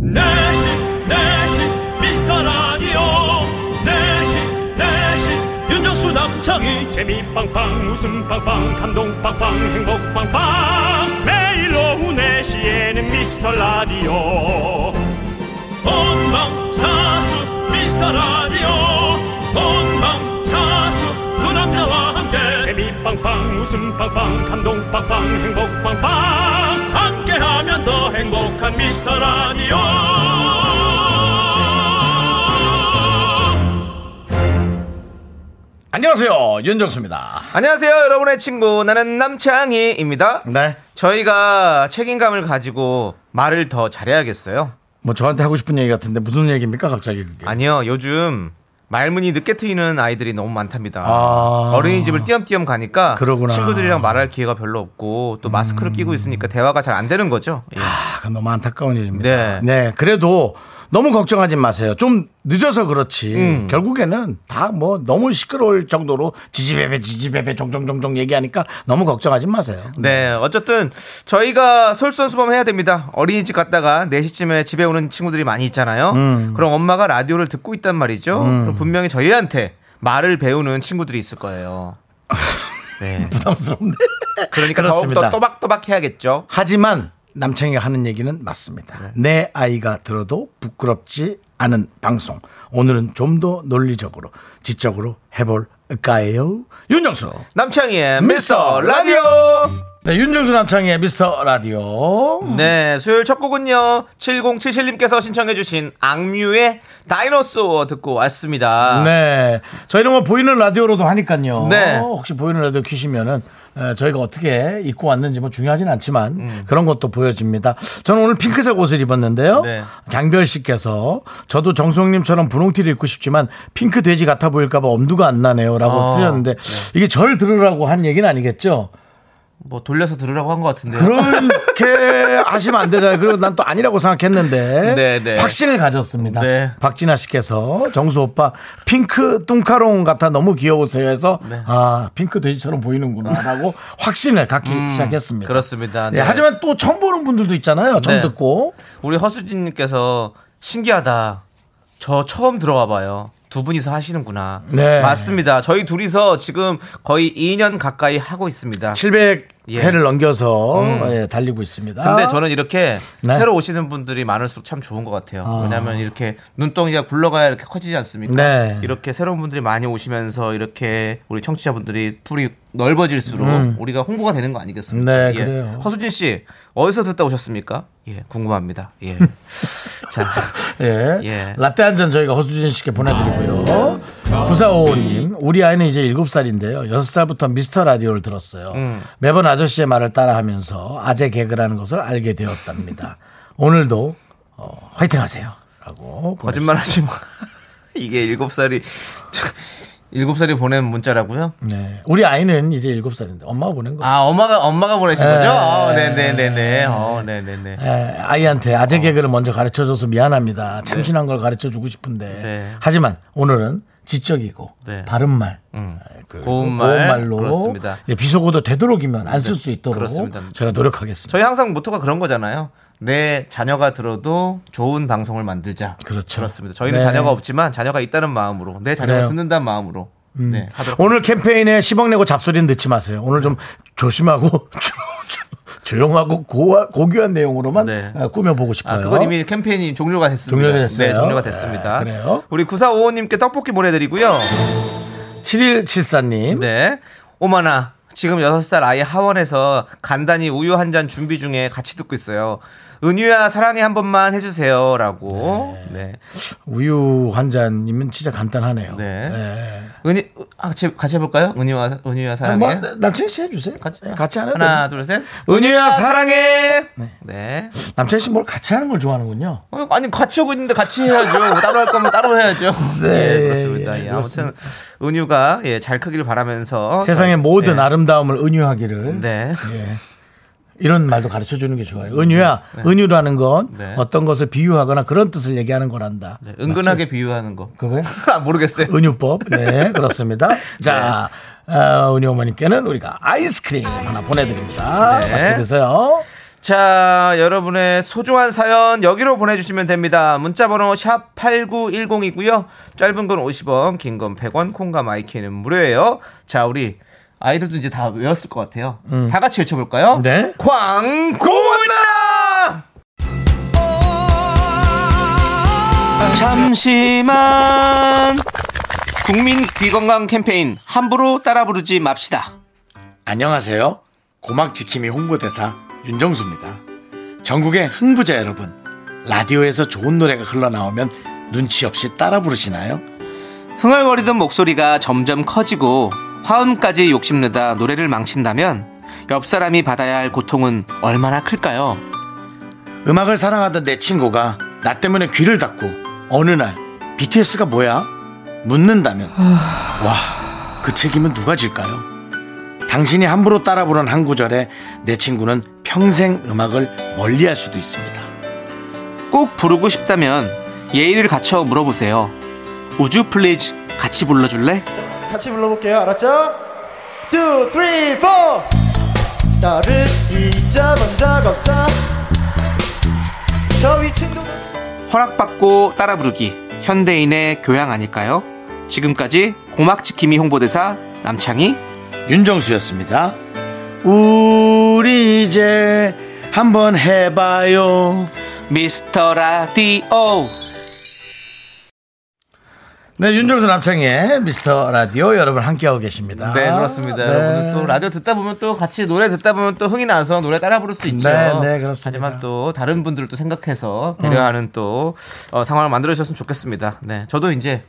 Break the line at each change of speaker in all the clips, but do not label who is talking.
내식 내식 미스터라디오 내식 내식 윤정수 남창희
재미 빵빵 웃음 빵빵 감동 빵빵 행복 빵빵 매일 오후 네시에는 미스터 라디오
본방사수 미스터라디오 본방사수 두 남자와 함께
재미 빵빵 웃음 빵빵 감동 빵빵 행복 빵빵
함께하면 더 행복한 미스터라디오
안녕하세요 윤정수입니다.
안녕하세요, 여러분의 친구. 나는 남창희입니다.
네.
저희가 책임감을 가지고 말을 더 잘해야겠어요.
뭐 저한테 하고 싶은 얘기 같은데 무슨 얘기입니까 갑자기 그게?
아니요, 요즘 말문이 늦게 트이는 아이들이 너무 많답니다.
아.
어린이집을 띄엄띄엄 가니까
그러구나.
친구들이랑 말할 기회가 별로 없고 또 마스크를 끼고 있으니까 대화가 잘 안 되는 거죠. 예.
아, 그건 너무 안타까운 일입니다.
네.
그래도 너무 걱정하지 마세요. 좀 늦어서 그렇지. 결국에는 다 뭐 너무 시끄러울 정도로 지지배배 지지배배 종종종종 얘기하니까 너무 걱정하지 마세요.
네, 어쨌든 저희가 솔선수범해야 됩니다. 어린이집 갔다가 4시쯤에 집에 오는 친구들이 많이 있잖아요.
음.
그럼 엄마가 라디오를 듣고 있단 말이죠. 그럼 분명히 저희한테 말을 배우는 친구들이 있을 거예요. 네.
부담스럽네.
그러니까
그렇습니다.
더욱더 또박또박 해야겠죠.
하지만 남창이가 하는 얘기는 맞습니다. 내 아이가 들어도 부끄럽지 않은 방송. 오늘은 좀 더 논리적으로 지적으로 해볼까요? 윤정수.
남창희의 미스터 라디오!
네, 윤정수 남창희의 미스터 라디오.
네, 수요일 첫 곡은요. 7077님께서 신청해주신 악뮤의 다이너소어 듣고 왔습니다.
네. 저희는 뭐 보이는 라디오로도 하니까요.
아. 네.
혹시 보이는 라디오 키시면은 에, 저희가 어떻게 입고 왔는지 뭐 중요하진 않지만
음.
그런 것도 보여집니다. 저는 오늘 핑크색 옷을 입었는데요.
네.
장별 씨께서 저도 정수영님처럼 분홍티를 입고 싶지만 핑크 돼지 같아 보일까봐 엄두가 안 나네요라고
아,
쓰셨는데 이게 절 들으라고 한 얘기는 아니겠죠?
뭐 돌려서 들으라고 한 것 같은데요.
그렇게 하시면 안 되잖아요. 그리고 난 또 아니라고 생각했는데
네, 네.
확신을 가졌습니다.
네.
박진아 씨께서 정수 오빠 핑크 뚱카롱 같아 너무 귀여우세요 해서
네.
아 핑크 돼지처럼 보이는구나라고 확신을 갖기 시작했습니다.
음, 그렇습니다.
네,
네.
하지만 또 처음 보는 분들도 있잖아요. 처음
네.
듣고
우리 허수진님께서 신기하다. 저 처음 들어와 봐요. 두 분이서 하시는구나.
네.
맞습니다. 저희 둘이서 지금 거의 2년 가까이 하고 있습니다.
700회를
예. 음.
넘겨서 예, 달리고 있습니다.
근데 저는 이렇게
네.
새로 오시는 분들이 많을수록 참 좋은 것 같아요. 왜냐하면 이렇게 눈덩이가 굴러가야 이렇게 커지지 않습니까?
네.
이렇게 새로운 분들이 많이 오시면서 이렇게 우리 청취자분들이 풀이 넓어질수록 우리가 홍보가 되는 거 아니겠습니까?
음.
예.
네, 그래요.
허수진 씨 어디서 듣다 오셨습니까? 예, 궁금합니다. 예. 자,
예.
예.
라떼 한 잔 저희가 허수진 씨께 보내드리고요. 구사오오님, 우리 아이는 이제 7살인데요. 6살부터 미스터 라디오를 들었어요.
음.
매번 아저씨의 말을 따라하면서 아재 개그라는 것을 알게 되었답니다. 오늘도 어, 화이팅 하세요. 라고.
거짓말 하지 마. 이게 일곱 살이 일곱 살이 보낸 문자라고요?
보내주셨- 네. 우리 아이는 이제 7살인데 엄마가 보낸 거.
아 엄마가 엄마가 보내신
네.
거죠? 어, 네네네네. 어, 네네네.
예, 아이한테
어.
아재 개그를 먼저 가르쳐줘서 미안합니다. 참신한 걸 가르쳐주고 싶은데.
네.
하지만 오늘은 지적이고
네.
바른말, 그
고운말.
로
그렇습니다. 네.
비속어도 되도록이면 안 쓸 수 있도록
그렇습니다.
저희가 노력하겠습니다.
저희 항상 모토가 그런 거잖아요. 내 자녀가 들어도 좋은 방송을 만들자.
그렇죠.
그렇습니다. 저희는
네.
자녀가 없지만 자녀가 있다는 마음으로 내 자녀가
그래요.
듣는다는 마음으로 네, 하도록
오늘 캠페인에 10억 내고 잡소리는 듣지 마세요. 오늘 좀 조심하고 조- 조용하고 고와, 고귀한 내용으로만
네.
어, 꾸며보고 싶어요.
아, 그건 이미 캠페인이 종료가 됐습니다.
종료가 됐어요?
네, 종료가 됐습니다.
네, 그래요?
우리 9455님께 떡볶이 보내드리고요.
7174님.
네. 오마나. 지금 6살 아이 하원에서 간단히 우유 한 잔 준비 중에 같이 듣고 있어요. 은유야 사랑해 한 번만 해주세요. 라고. 네.
우유 환자님은 진짜 간단하네요.
네. 은유, 아, 같이, 같이 해볼까요? 은유와, 은유야 사랑해.
뭐, 남친 씨 해주세요. 네, 같이, 같이 안 해도
하나, 둘, 셋. 은유야 사랑해. 네.
남창희 씨뭘 같이 하는 걸 좋아하는군요.
어, 아니 같이 하고 있는데 같이 해야죠. 뭐 따로 할 거면 따로 해야죠.
네,
예, 그렇습니다.
예,
예, 아무튼 은유가 예, 잘 크길 바라면서
세상의
저희-
모든
네.
아름다움을 은유하기를
네. 음,
예. 이런 말도 가르쳐 주는 게 좋아요. 은유야, 은유라는 건
네.
어떤 것을 비유하거나 그런 뜻을 얘기하는 거란다.
네, 은근하게 비유하는 거.
그거요?
아, 모르겠어요.
은유법. 네, 그렇습니다. 자,
네.
어, 은유 어머님께는 우리가 아이스크림 하나 보내드립니다. 맛있게 드세요.
자, 여러분의 소중한 사연 여기로 보내주시면 됩니다. 문자번호 샵 8910이고요. 짧은 건 50원, 긴 건 100원, 콩과 마이키는 무료예요. 자, 우리 아이들도 이제 다 외웠을 것 같아요. 다 같이 외쳐볼까요?
네.
광고나! 잠시만. 국민 귀건강 캠페인 함부로 따라 부르지 맙시다.
안녕하세요. 고막지킴이 홍보대사 윤정수입니다. 전국의 흥부자 여러분, 라디오에서 좋은 노래가 흘러나오면 눈치 없이 따라 부르시나요?
흥얼거리던 목소리가 점점 커지고 화음까지 욕심내다 노래를 망친다면 옆 사람이 받아야 할 고통은 얼마나 클까요?
음악을 사랑하던 내 친구가 나 때문에 귀를 닫고 어느 날 BTS가 뭐야? 묻는다면 와, 그 책임은 누가 질까요? 당신이 함부로 따라 부른 한 구절에 내 친구는 평생 음악을 멀리할 수도 있습니다.
꼭 부르고 싶다면 예의를 갖춰 물어보세요. 우주 플리즈 같이 불러줄래?
같이 불러볼게요. 알았죠? 2, 3, 4 나를 잊어본 적 없어 저 위층도
허락받고 따라 부르기 현대인의 교양 아닐까요? 지금까지 고막지킴이 홍보대사 남창희
윤정수였습니다. 우리 이제 한번 해봐요.
미스터 라디오
네, 윤정수 남창의 미스터 라디오 여러분 함께하고 계십니다.
네 그렇습니다. 여러분 또 라디오 듣다 보면 또 같이 노래 듣다 보면 또 흥이 나서 노래 따라 부를 수 있죠.
네, 네, 그렇습니다. 음.
하지만 또 다른 분들을 또 생각해서 배려하는 또 어, 상황을 만들어 주셨으면 좋겠습니다. 네 저도 이제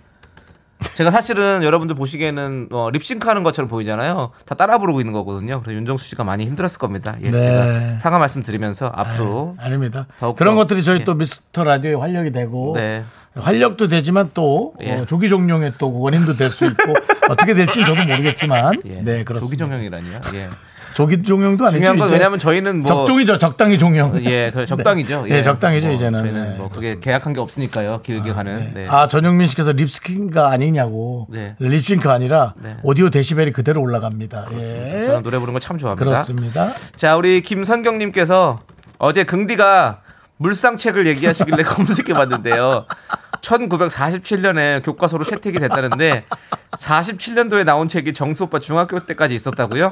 제가 사실은 여러분들 보시기에는 어, 립싱크하는 것처럼 보이잖아요. 다 따라 부르고 있는 거거든요. 그래서 윤정수 씨가 많이 힘들었을 겁니다. 예,
네.
제가 사과 말씀드리면서 앞으로
아닙니다.
더욱더.
그런 것들이 저희
예.
또 미스터 라디오의 활력이 되고
네.
활력도 되지만 또
예.
어, 조기 종용의 또 원인도 될 수 있고 어떻게 될지 저도 모르겠지만
예,
네 그렇습니다.
조기종영이라니요. 예.
조기 종용도 아니죠.
중요한 건
이제
왜냐하면 저희는 뭐
적종이죠. 적당히 종용.
예, 그 적당이죠.
네, 네, 적당이죠
뭐
이제는.
저희는
네,
뭐 그게 계약한 게 없으니까요. 길게 가는. 네.
아 전용민 씨께서 립스킹가 아니냐고
네.
립싱크 아니라
네. 오디오
오디오 데시벨이 그대로 올라갑니다. 예.
네, 저는 노래 부르는 거 참 좋아합니다.
네. 그렇습니다.
자, 우리 김선경님께서 어제 긍디가 물상책을 얘기하시길래 검색해봤는데요. 1947년에 교과서로 채택이 됐다는데 47년도에 나온 책이 정수 오빠 중학교 때까지 있었다고요?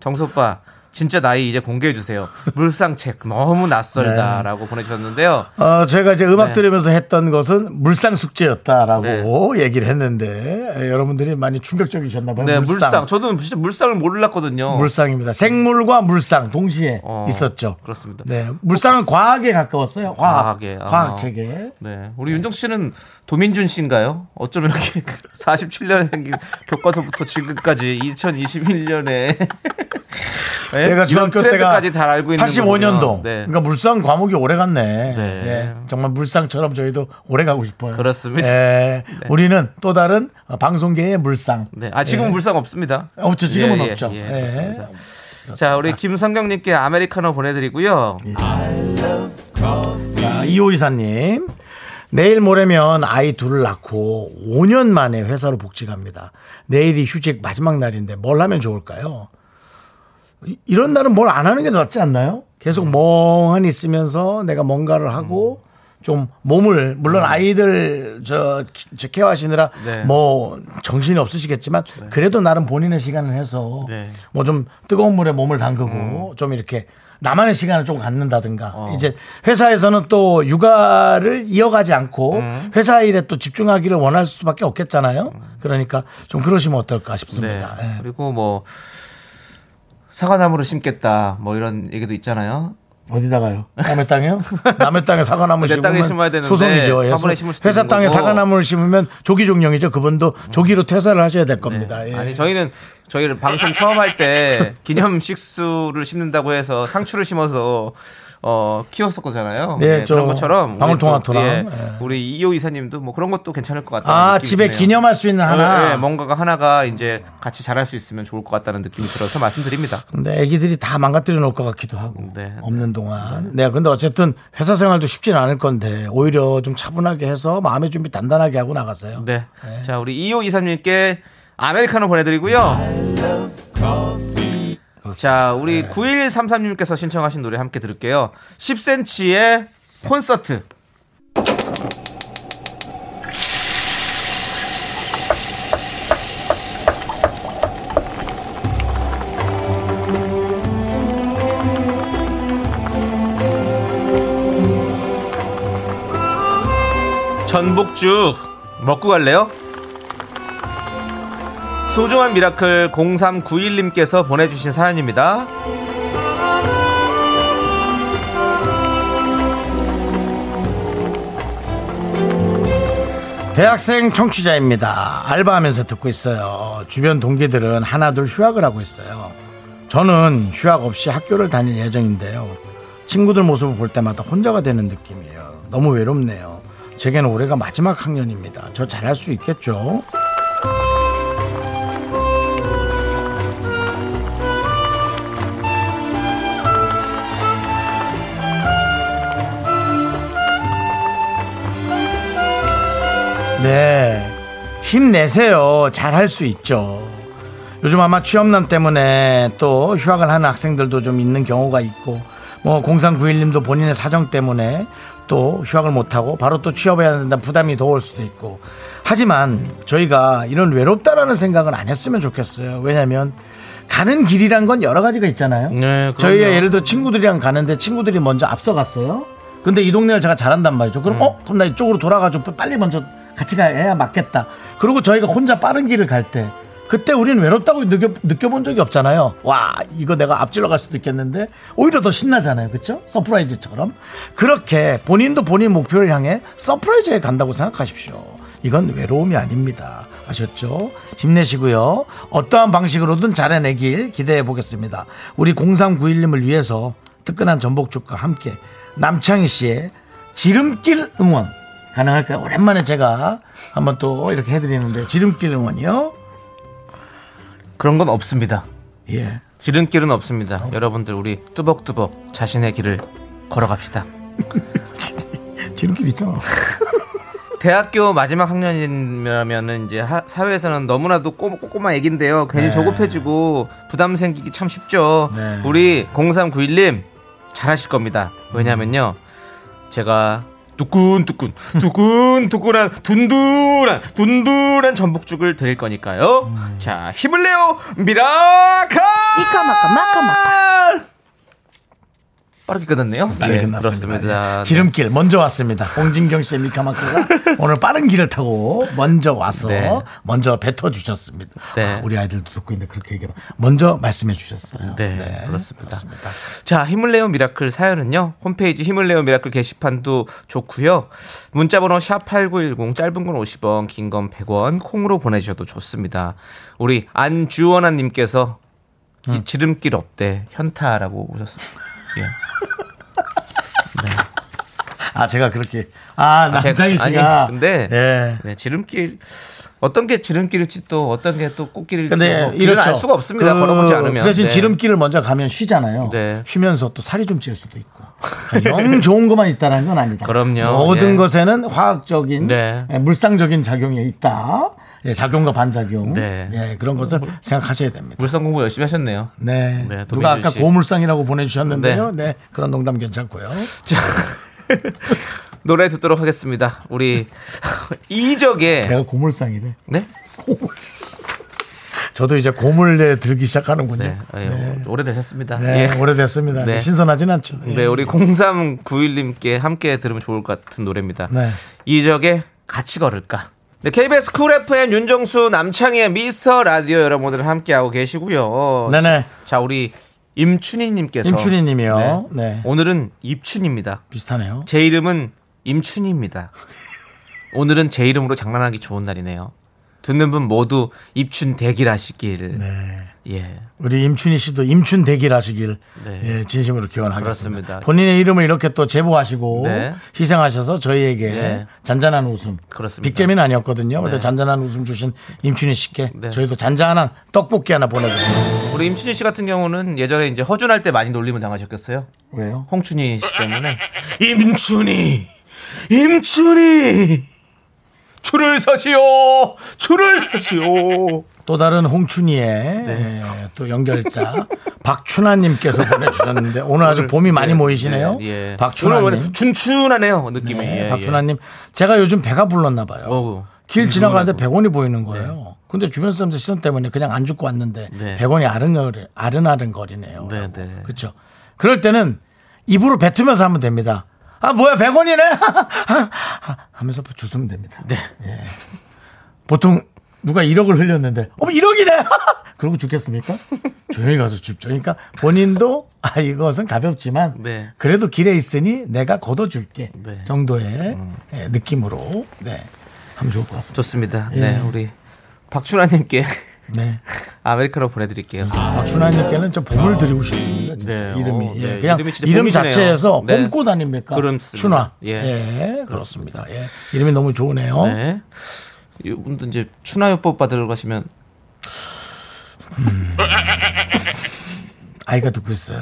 정수 오빠 진짜 나이 이제 공개해 주세요. 물상책 너무 낯설다라고
네.
보내주셨는데요.
어, 제가 이제 음악
네.
들으면서 했던 것은 물상 숙제였다라고
네.
얘기를 했는데 에, 여러분들이 많이 충격적이셨나 봐요.
네, 물상.
물상.
저도 진짜 물상을 몰랐거든요.
물상입니다. 생물과 물상 동시에
어,
있었죠.
그렇습니다.
네, 물상은 과학에 가까웠어요. 과학,
과학에, 아.
과학 책에.
네. 우리 윤정수 씨는 도민준 씨인가요? 어쩌면 이렇게 47년에 생긴 교과서부터 지금까지 2021년에
제가 중학교 때가
까지 네, 잘 알고 있는
85년도.
거군요. 네.
그러니까 물상 과목이 오래 갔네.
네.
예, 정말 물상처럼 저희도 오래 가고 싶어요.
그렇습니다.
예, 우리는 또 다른 방송계의 물상.
네. 아, 지금은
예.
물상 없습니다.
없죠. 지금은
예, 예,
없죠.
예,
예.
그렇습니다. 자, 우리 김성경 님께 아메리카노 보내 드리고요.
예, 자, 이호 이사님. 내일 모레면 아이 둘을 낳고 5년 만에 회사로 복직합니다. 내일이 휴직 마지막 날인데 뭘 하면 좋을까요? 이- 이런 날은 뭘 안 하는 게 낫지 않나요? 계속 멍하니 있으면서 내가 뭔가를 하고 좀 몸을 물론 아이들 저, 키- 저 케어하시느라
네.
뭐 정신이 없으시겠지만 그래도 나름 본인의 시간을 해서
네. 음.
뭐 좀 뜨거운 물에 몸을 담그고 좀 이렇게 나만의 시간을 좀 갖는다든가
어.
이제 회사에서는 또 육아를 이어가지 않고
음.
회사 일에 또 집중하기를 원할 수밖에 없겠잖아요. 그러니까 좀 그러시면 어떨까
네.
싶습니다. 예.
그리고 뭐 사과나무를 심겠다. 뭐 이런 얘기도 있잖아요.
어디다가요? 남의 땅에요? 남의 땅에 사과나무
내
심으면
땅에 심어야 되는데
소송이죠. 예,
화분에
소-
심을 수도
회사
있는
땅에
거고. 음.
사과나무를 심으면 조기 종령이죠. 그분도 조기로 퇴사를 하셔야 될 겁니다. 예.
네. 아니 저희는 저희를 방송 처음 할 때 기념 식수를 심는다고 해서 상추를 심어서 어 키웠었거잖아요.
네, 저
그런 것처럼
방울토마토랑,
우리, 또,
예.
우리 이호 이사님도 뭐 그런 것도 괜찮을 것 같다.
아, 집에 기념할 수 있는
어,
하나.
예, 뭔가가 하나가 이제 같이 자랄 수 있으면 좋을 것 같다는 느낌이 들어서 말씀드립니다.
근데 애기들이 다 망가뜨려 놓을 것 같기도 하고
네.
없는 동안 네. 근데 어쨌든 회사 생활도 쉽진 않을 건데 오히려 좀 차분하게 해서 마음의 준비 단단하게 하고 나가세요
네. 자, 우리 이호 이사님께 아메리카노 보내드리고요. 자, 우리
네.
9133님께서 신청하신 노래 함께 들을게요. 10cm의 콘서트. 전복죽 먹고 갈래요? 소중한 미라클 0391님께서 보내주신 사연입니다.
대학생 청취자입니다. 알바하면서 듣고 있어요. 주변 동기들은 하나둘 휴학을 하고 있어요. 저는 휴학 없이 학교를 다닐 예정인데요. 친구들 모습을 볼 때마다 혼자가 되는 느낌이에요. 너무 외롭네요. 제게는 올해가 마지막 학년입니다. 저 잘할 수 있겠죠? 네. 힘내세요. 잘할 수 있죠. 요즘 아마 취업난 때문에 또 휴학을 하는 학생들도 좀 있는 경우가 있고 뭐 0391님도 본인의 사정 때문에 또 휴학을 못하고 바로 또 취업해야 된다 부담이 더 올 수도 있고 하지만 저희가 이런 외롭다라는 생각은 안 했으면 좋겠어요. 왜냐면 가는 길이란 건 여러 가지가 있잖아요.
네, 그럼요.
저희가 그러니까 예를 들어 친구들이랑 가는데 친구들이 먼저 앞서갔어요. 근데 이 동네를 제가 잘한단 말이죠. 그럼 어 그럼 나 이쪽으로 돌아가지고 빨리 먼저 같이 가야 맞겠다. 그리고 저희가 혼자 빠른 길을 갈 때 그때 우리는 외롭다고 느껴, 느껴본 적이 없잖아요. 와 이거 내가 앞질러 갈 수도 있겠는데 오히려 더 신나잖아요, 그렇죠? 서프라이즈처럼 그렇게 본인도 본인 목표를 향해 서프라이즈에 간다고 생각하십시오. 이건 외로움이 아닙니다. 아셨죠? 힘내시고요. 어떠한 방식으로든 잘해내길 기대해 보겠습니다. 우리 0391님을 위해서 뜨끈한 전복죽과 함께 남창희 씨의 지름길 응원 가능할까요? 오랜만에 제가 한번 또 이렇게 해드리는데 지름길 응원이요?
그런 건 없습니다.
예.
지름길은 없습니다. 여러분들 우리 뚜벅뚜벅 자신의 길을 걸어갑시다.
지름길 있잖아.
대학교 마지막 학년이라면은 이제 하- 사회에서는 너무나도 꼬, 꼬마 애기인데요. 괜히
네.
조급해지고 부담 생기기 참 쉽죠.
네.
우리 0391님 잘하실 겁니다. 왜냐면요. 제가 두근두근 두근두근한 둔둔한 둔둔한 전복죽을 드릴 거니까요.
음.
자, 힘을 내요. 미라카!
이카마카 마카마카
빠르게 끝났네요.
빨리
예,
끝났습니다.
그렇습니다. 네.
예. 지름길 먼저 왔습니다. 홍진경 씨의 미카마카가 오늘 빠른 길을 타고 먼저 와서
네.
먼저 뱉어 주셨습니다.
네.
아, 우리 아이들도 듣고 있는데 그렇게 얘기하면 먼저 말씀해 주셨어요.
네, 그렇습니다. 자, 힘을 내요 미라클 사연은요. 홈페이지 힘을 내요 미라클 게시판도 좋고요. 문자 번호 샵8910 짧은 건 50원, 긴 건 100원 콩으로 보내 주셔도 좋습니다. 우리 안주원아 님께서 이
음.
지름길 없대 현타라고 오셨습니다. 예.
아 제가 그렇게 아 남자희
제가- 아니,
씨가
근데-
예.
네, 지름길 어떤 게 지름길일지 또 어떤 게 또 꽃길일지
근데
뭐 길을
이렇죠.
알 수가 없습니다.
그
걸어보지
그
않으면.
대신
네.
지름길을 먼저 가면 쉬잖아요.
네.
쉬면서 또 살이 좀 찔 수도 있고. 그러니까 영 좋은 것만 있다라는 건 아니다.
그럼요.
모든
예.
것에는 화학적인
네.
예, 물상적인 작용이 있다. 예, 작용과 반작용.
네.
예, 그런 것을 생각하셔야 됩니다.
물성 공부 열심히 하셨네요.
네.
네, 도민주
누가 아까
씨.
고물상이라고 보내주셨는데요. 네. 그런 농담 괜찮고요.
자, 노래 듣도록 하겠습니다. 우리 이적의
내가 고물상이래.
네?
저도 이제 고물에 들기 시작하는군요.
네,
네.
아유, 오래되셨습니다. 예.
오래됐습니다.
네.
신선하진 않죠. 예.
네, 우리 0391님께 함께 들으면 좋을 것 같은 노래입니다.
네.
이적의 같이 걸을까. 네, KBS 쿨 FM 윤정수 남창희의 미스터 라디오 여러분들 함께하고 계시고요.
네네.
자, 우리 임춘희님께서
임춘희님이요. 네.
오늘은 입춘입니다.
비슷하네요.
제 이름은 임춘희입니다. 오늘은 제 이름으로 장난하기 좋은 날이네요. 듣는 분 모두 입춘 대기라시길.
네.
예.
우리 임춘희 씨도 임춘 대기라시길
네.
예, 진심으로 기원하겠습니다.
그렇습니다.
본인의 이름을 이렇게 또 제보하시고
네.
희생하셔서 저희에게
네.
잔잔한 웃음.
그렇습니다.
빅잼이는 아니었거든요. 근데
네.
잔잔한 웃음 주신 임춘희 씨께
네.
저희도 잔잔한 떡볶이 하나 보내드립니다.
우리 임춘희 씨 같은 경우는 예전에 이제 허준할 때 많이 놀림을 당하셨겠어요?
왜요?
홍춘희 씨 때문에. 임춘희! 임춘희! 줄을 서시오! 줄을 서시오!
또 다른 홍춘이의
네.
예, 또 연결자 박춘하님께서 보내주셨는데 오늘 아주 봄이 많이 모이시네요.
예. 오늘
박춘하님.
오늘 춘춘하네요 느낌이. 예, 예.
박춘하님. 제가 요즘 배가 불렀나 봐요.
어우.
길 지나가는데 100원이 보이는 거예요. 근데 주변 사람들 시선 때문에 그냥 안 죽고 왔는데
네.
100원이 아른거리, 아른아른거리네요.
네, 네.
그렇죠. 그럴 때는 입으로 뱉으면서 하면 됩니다. 아 뭐야 100원이네 하면서 뭐 주스면 됩니다. 예.
네.
보통 누가 1억을 흘렸는데 어머 1억이네 그러고 죽겠습니까? 조용히 가서 줍죠. 그러니까 본인도 아 이것은 가볍지만
네.
그래도 길에 있으니 내가 걷어줄게
네.
정도의 예, 느낌으로 네 하면 좋을 것 같습니다.
좋습니다.
예.
네, 우리 박춘하님께
네.
아메리카노 보내드릴게요.
박준하님께는 좀 봄을 드리고 싶습니다. 진짜
아, 네,
이름이
어,
예,
네.
그냥
이름이
이름
진짜 봄이시네요.
자체에서
네.
봄꽃 아닙니까?
그렇습니다.
춘화.
예.
예, 그렇습니다. 예, 이름이 너무 좋으네요.
네. 이분도 이제 춘하요법 받으러 가시면
아이가 듣고 있어요.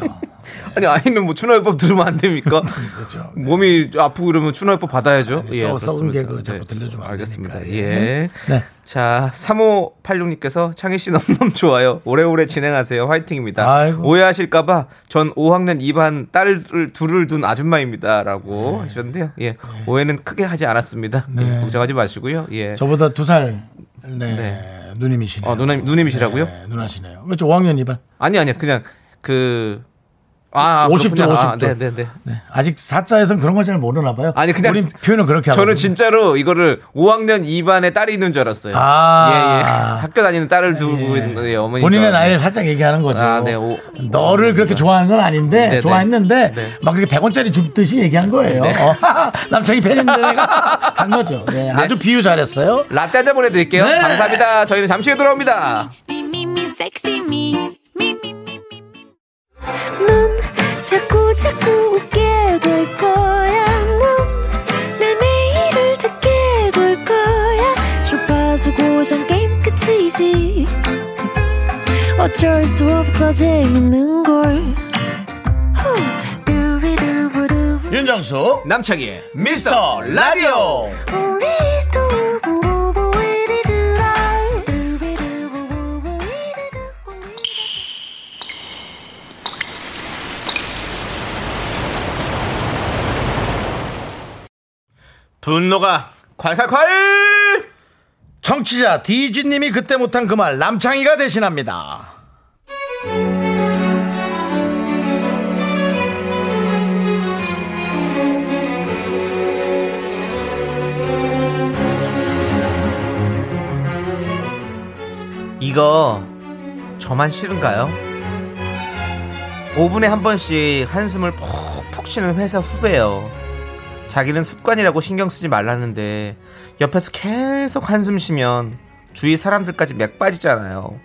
아니 아이는 뭐 춘하요법 들으면 안 됩니까?
그렇죠.
몸이 아프고 그러면 춘하요법 받아야죠. 예,
아니, 썩- 썩은
그렇습니다. 네.
개그 자꾸 들려주면 안
알겠습니다.
되니까.
예.
네.
자, 3586님께서 창희 씨 너무너무 좋아요. 오래오래 진행하세요. 화이팅입니다.
아이고.
오해하실까봐 전 5학년 2반 딸을 둘을 둔 아줌마입니다.
네.
라고 하셨는데요. 예. 오해는 크게 하지 않았습니다. 예, 걱정하지 마시고요. 예.
저보다 두 살 네,
네.
누님이시네요.
어, 누님, 누님이시라고요?
네, 누나시네요. 그렇죠. 5학년 2반.
아니, 아니요. 그냥 그. 아,
50도,
그렇군요.
50도.
아, 네네네.
네. 아직 사자에서는 그런 걸 잘 모르나 봐요.
아니, 그냥
우린 표현을 그렇게 하고.
저는 진짜로 이거를 5학년 2반에 딸이 있는 줄 알았어요.
아.
예, 예. 학교 다니는 딸을 두고 있는 예, 어머니.
본인의 나이를 살짝 얘기하는 거죠.
아, 네. 오-
너를 그렇게 좋아하는 건 아닌데
네,
좋아했는데
네.
막 그렇게 100원짜리 줍듯이 얘기한 거예요. 어, 남창이 팬인데 내가 한 거죠. 네, 아주 비유 잘했어요.
네. 라떼 한잔 보내드릴게요.
네.
감사합니다. 저희는 잠시 후에 돌아옵니다.
넌 자꾸 자꾸 웃게 될 거야. 넌내 매일을 듣게 될 거야. 주파수 고정 게임 끝이지. 어쩔 수 없어 재밌는 걸. 후. 두비두부두부.
윤정수
남창희의
미스터 라디오
우리 두부부부 우리 두라. 두비두부부부 우리 두부 우리 두부.
분노가 콸콸콸
청취자 디지님이 그때 못한 그 말 남창이가 대신합니다.
이거 저만 싫은가요? 5분에 한 번씩 한숨을 푹푹 쉬는 회사 후배요. 자기는 습관이라고 신경 쓰지 말라는데 옆에서 계속 한숨 쉬면 주위 사람들까지 맥 빠지잖아요.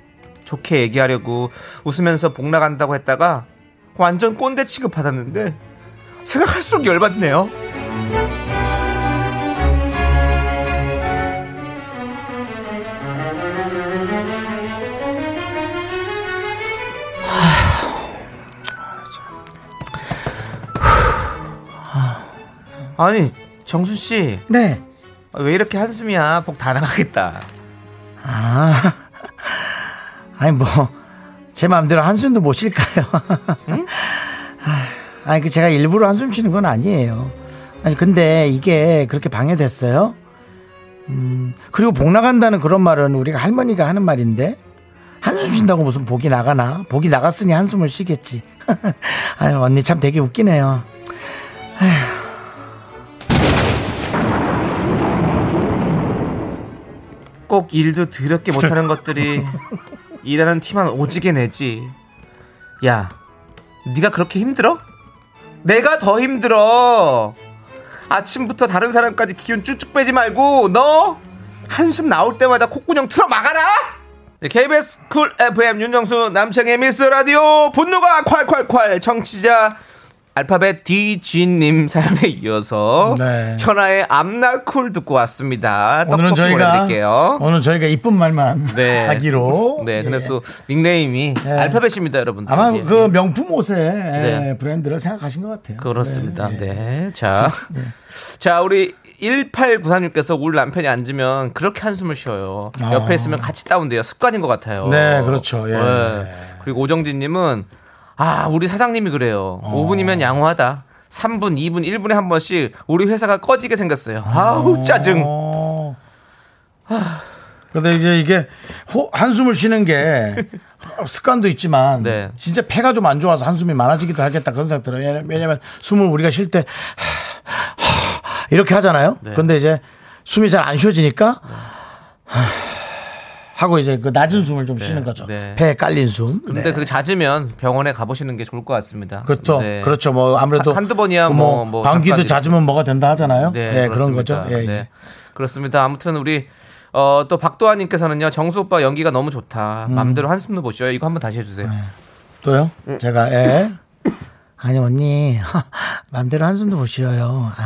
좋게 얘기하려고 웃으면서 복 나간다고 했다가 완전 꼰대 취급 받았는데 생각할수록 열받네요. 아니 정순 씨,
네.
왜 이렇게 한숨이야? 복 다 나가겠다.
아, 아니 뭐. 제 마음대로 한숨도 못 쉴까요? 아니, 그 제가 일부러 한숨 쉬는 건 아니에요. 아니, 근데 이게 그렇게 방해됐어요? 음, 그리고 복 나간다는 그런 말은 우리가 할머니가 하는 말인데, 한숨 쉰다고 무슨 복이 나가나? 복이 나갔으니 한숨을 쉬겠지. 아유, 언니 참 되게 웃기네요.
꼭 일도 드럽게 못하는 것들이 일하는 티만 오지게 내지. 야, 네가 그렇게 힘들어? 내가 더 힘들어. 아침부터 다른 사람까지 기운 쭉쭉 빼지 말고 너 한숨 나올 때마다 콧구멍 틀어 막아라. 네, KBS 쿨 FM 윤정수 남창의 미스 라디오 분노가 콸콸콸 청취자 알파벳 DG님 사연에 이어서
네.
현아의 암나쿨 듣고 왔습니다.
오늘은
아, 떡볶이
저희가,
보내드릴게요.
오늘 저희가 이쁜 말만
네.
하기로.
네, 근데
예.
또 닉네임이
예.
알파벳입니다, 여러분들.
아마
예.
그 명품 옷의
네.
브랜드를 생각하신 것 같아요.
그렇습니다.
네.
네. 자. 자, 우리 1893님께서 우리 남편이 앉으면 그렇게 한숨을 쉬어요. 옆에 있으면 같이 다운돼요. 습관인 것 같아요.
아. 네, 그렇죠. 예.
그리고 오정진님은 아 우리 사장님이 그래요.
어.
5분이면 양호하다. 3분, 2분, 1분에 한 번씩 우리 회사가 꺼지게 생겼어요. 아우 짜증.
어. 근데 이제 이게 호- 한숨을 쉬는 게 습관도 있지만
네.
진짜 폐가 좀 안 좋아서 한숨이 많아지기도 하겠다 그런 생각 들어요. 왜냐- 왜냐면 숨을 우리가 쉴 때 이렇게 하잖아요.
네.
근데 이제 숨이 잘 안 쉬어지니까 하고 이제 그 낮은 숨을 좀 쉬는 거죠.
네.
폐에 깔린 숨.
근데
네.
그게 잦으면 병원에 가보시는 게 좋을 것 같습니다.
그것도
네.
그렇죠. 뭐 아무래도
한- 한두 번이야 뭐- 뭐
방귀도
잠깐
잦으면 뭐가 된다 하잖아요. 예, 그런
네, 그렇습니다.
거죠. 예, 예.
네. 그렇습니다. 아무튼 우리 어, 또 박도환님께서는요 정수 오빠 연기가 너무 좋다. 마음대로 한숨도 못 쉬어요. 이거 한번 다시
네.
해주세요.
또요? 제가 예. 아니 언니 맘대로 한숨도 못 쉬어요.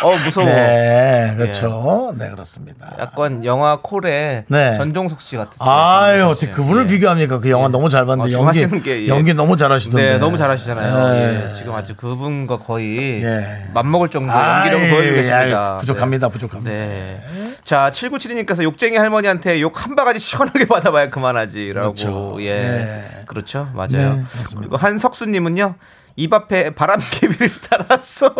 어 무서워.
네, 그렇죠. 네, 그렇습니다.
예. 약간 영화 콜에
네.
전종석 씨 같았어요.
아유
전종석
어떻게
씨.
그분을
예.
비교합니까? 그 영화 너무 잘 봤는데
아, 지금
연기
하시는 게, 예.
연기 너무 잘하시던데.
네, 너무 잘하시잖아요.
예.
예, 지금 아주 그분과 거의
예.
맞먹을 정도 의
아,
연기력을
예,
보여주고
예,
계십니다.
아유, 부족합니다, 부족합니다.
네. 네. 자, 7972님께서 욕쟁이 할머니한테 욕 한 바가지 시원하게 받아봐야 그만하지라고.
그렇죠.
예.
네.
그렇죠.
네,
맞아요.
맞습니다.
그리고 한석수님은요, 입 앞에 바람개비를 달았어.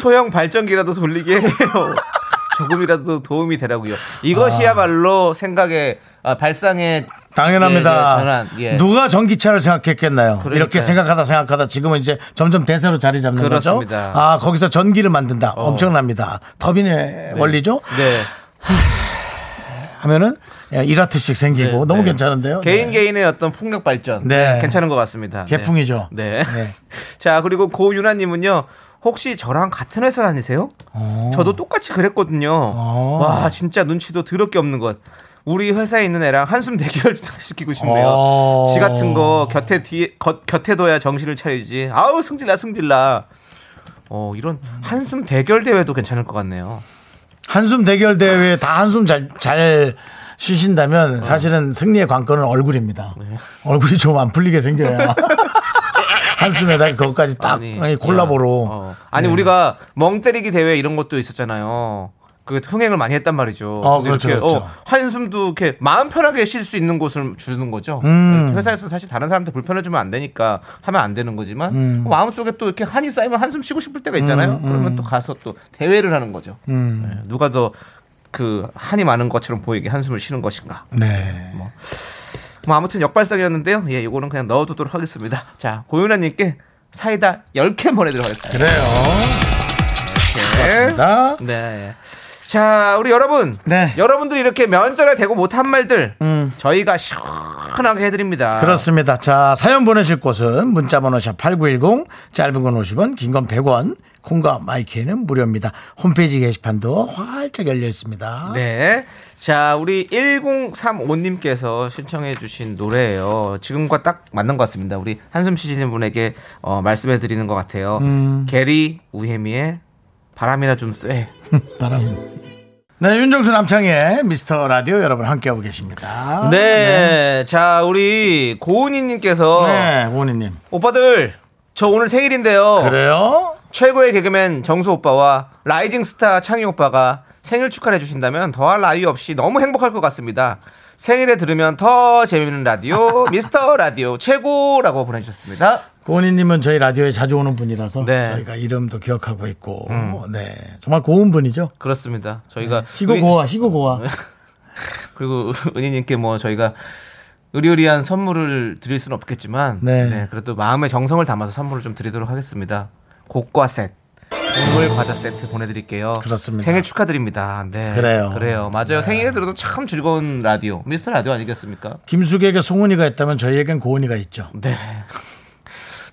소형 발전기라도 돌리게 해요. 조금이라도 도움이 되라고요. 이것이야말로 생각의 아, 발상의
당연합니다.
예, 예, 전환, 예.
누가 전기차를 생각했겠나요? 이렇게
그러니까요.
생각하다 생각하다 지금은 이제 점점 대세로 자리 잡는
그렇습니다. 어.
거죠. 아 거기서 전기를 만든다. 엄청납니다. 터빈의 원리죠.
네.
하면은 예, 1와트씩 생기고
네,
너무
네.
괜찮은데요.
개인
네.
개인의 어떤 풍력 발전.
네.
네, 괜찮은 것 같습니다. 네.
개풍이죠.
네.
네.
자, 그리고 고윤아님은요. 혹시 저랑 같은 회사 다니세요?
어.
저도 똑같이 그랬거든요. 와, 진짜 눈치도 드럽게 없는 것. 우리 회사에 있는 애랑 한숨 대결 시키고 싶네요.
어.
지 같은 거 곁에 뒤에 겉, 곁에 둬야 정신을 차리지. 아우 승질나 승질나. 어 이런 한숨 대결 대회도 괜찮을 것 같네요.
한숨 대결 대회에 다 한숨 잘, 잘
네.
쉬신다면 사실은 승리의 관건은 얼굴입니다. 얼굴이 좀 안 풀리게 생겨야. 한숨에다가 그것까지 딱 아니, 콜라보로. 예.
야, 어. 아니 우리가 멍 때리기 대회 이런 것도 있었잖아요. 그 흥행을 많이 했단 말이죠.
어,
근데
그렇죠,
이렇게,
그렇죠.
한숨도 이렇게 마음 편하게 쉴 수 있는 곳을 주는 거죠.
음.
이렇게 회사에서는 사실 다른 사람한테 불편해주면 안 되니까 하면 안 되는 거지만 뭐 마음 속에 또 이렇게 한이 쌓이면 한숨 쉬고 싶을 때가 있잖아요.
음,
그러면 또 가서 또 대회를 하는 거죠. 네, 누가 더 그 한이 많은 것처럼 보이게 한숨을 쉬는 것인가.
네.
뭐 아무튼 역발상이었는데요. 예, 이거는 그냥 넣어두도록 하겠습니다. 자, 고윤아님께 사이다 10캔 보내드리겠습니다.
그래요. 그렇습니다.
네. 자, 우리 여러분.
네. 음.
여러분들이 이렇게 면전에 대고 못한 말들 저희가 시원하게 해드립니다.
그렇습니다. 자, 사연 보내실 곳은 문자번호 샵8910, 짧은 건 50원, 긴 건 100원, 콩과 마이크는 무료입니다. 홈페이지 게시판도 활짝 열려 있습니다.
네. 자, 우리 1035님께서 신청해주신 노래예요. 지금과 딱 맞는 것 같습니다. 우리 한숨 쉬시는 분에게 어, 말씀해드리는 것 같아요.
음.
게리 우혜미의 바람이나 좀 쐬.
바람. 네, 윤정수 남창의 미스터 라디오 여러분 함께하고 계십니다.
네. 자, 우리 고은희님께서
네, 원희님.
어, 오빠들 저 오늘 생일인데요.
그렇죠. 그래요?
최고의 개그맨 정수 오빠와 라이징 스타 창희 오빠가 생일 축하를 해주신다면 더할 나위 없이 너무 행복할 것 같습니다. 생일에 들으면 더 재밌는 라디오 미스터 라디오 최고라고 보내주셨습니다.
고은희님은 저희 라디오에 자주 오는 분이라서
네. 음.
저희가 이름도 기억하고 있고, 네 정말 고운 분이죠.
그렇습니다. 저희가
희고
은-
고와 희고 고와.
네. 그리고 은희님께 뭐 저희가 의리의리한 선물을 드릴 수는 없겠지만
네.
네, 그래도 마음의 정성을 담아서 선물을 좀 드리도록 하겠습니다. 곡과 셋 동물 과자 세트 보내드릴게요.
그렇습니다.
생일 축하드립니다. 네,
그래요.
그래요. 맞아요. 생일에 들어도 참 즐거운 라디오 미스터 라디오 아니겠습니까?
김숙에게 송은이가 있다면 저희에겐 고은이가 있죠.
네.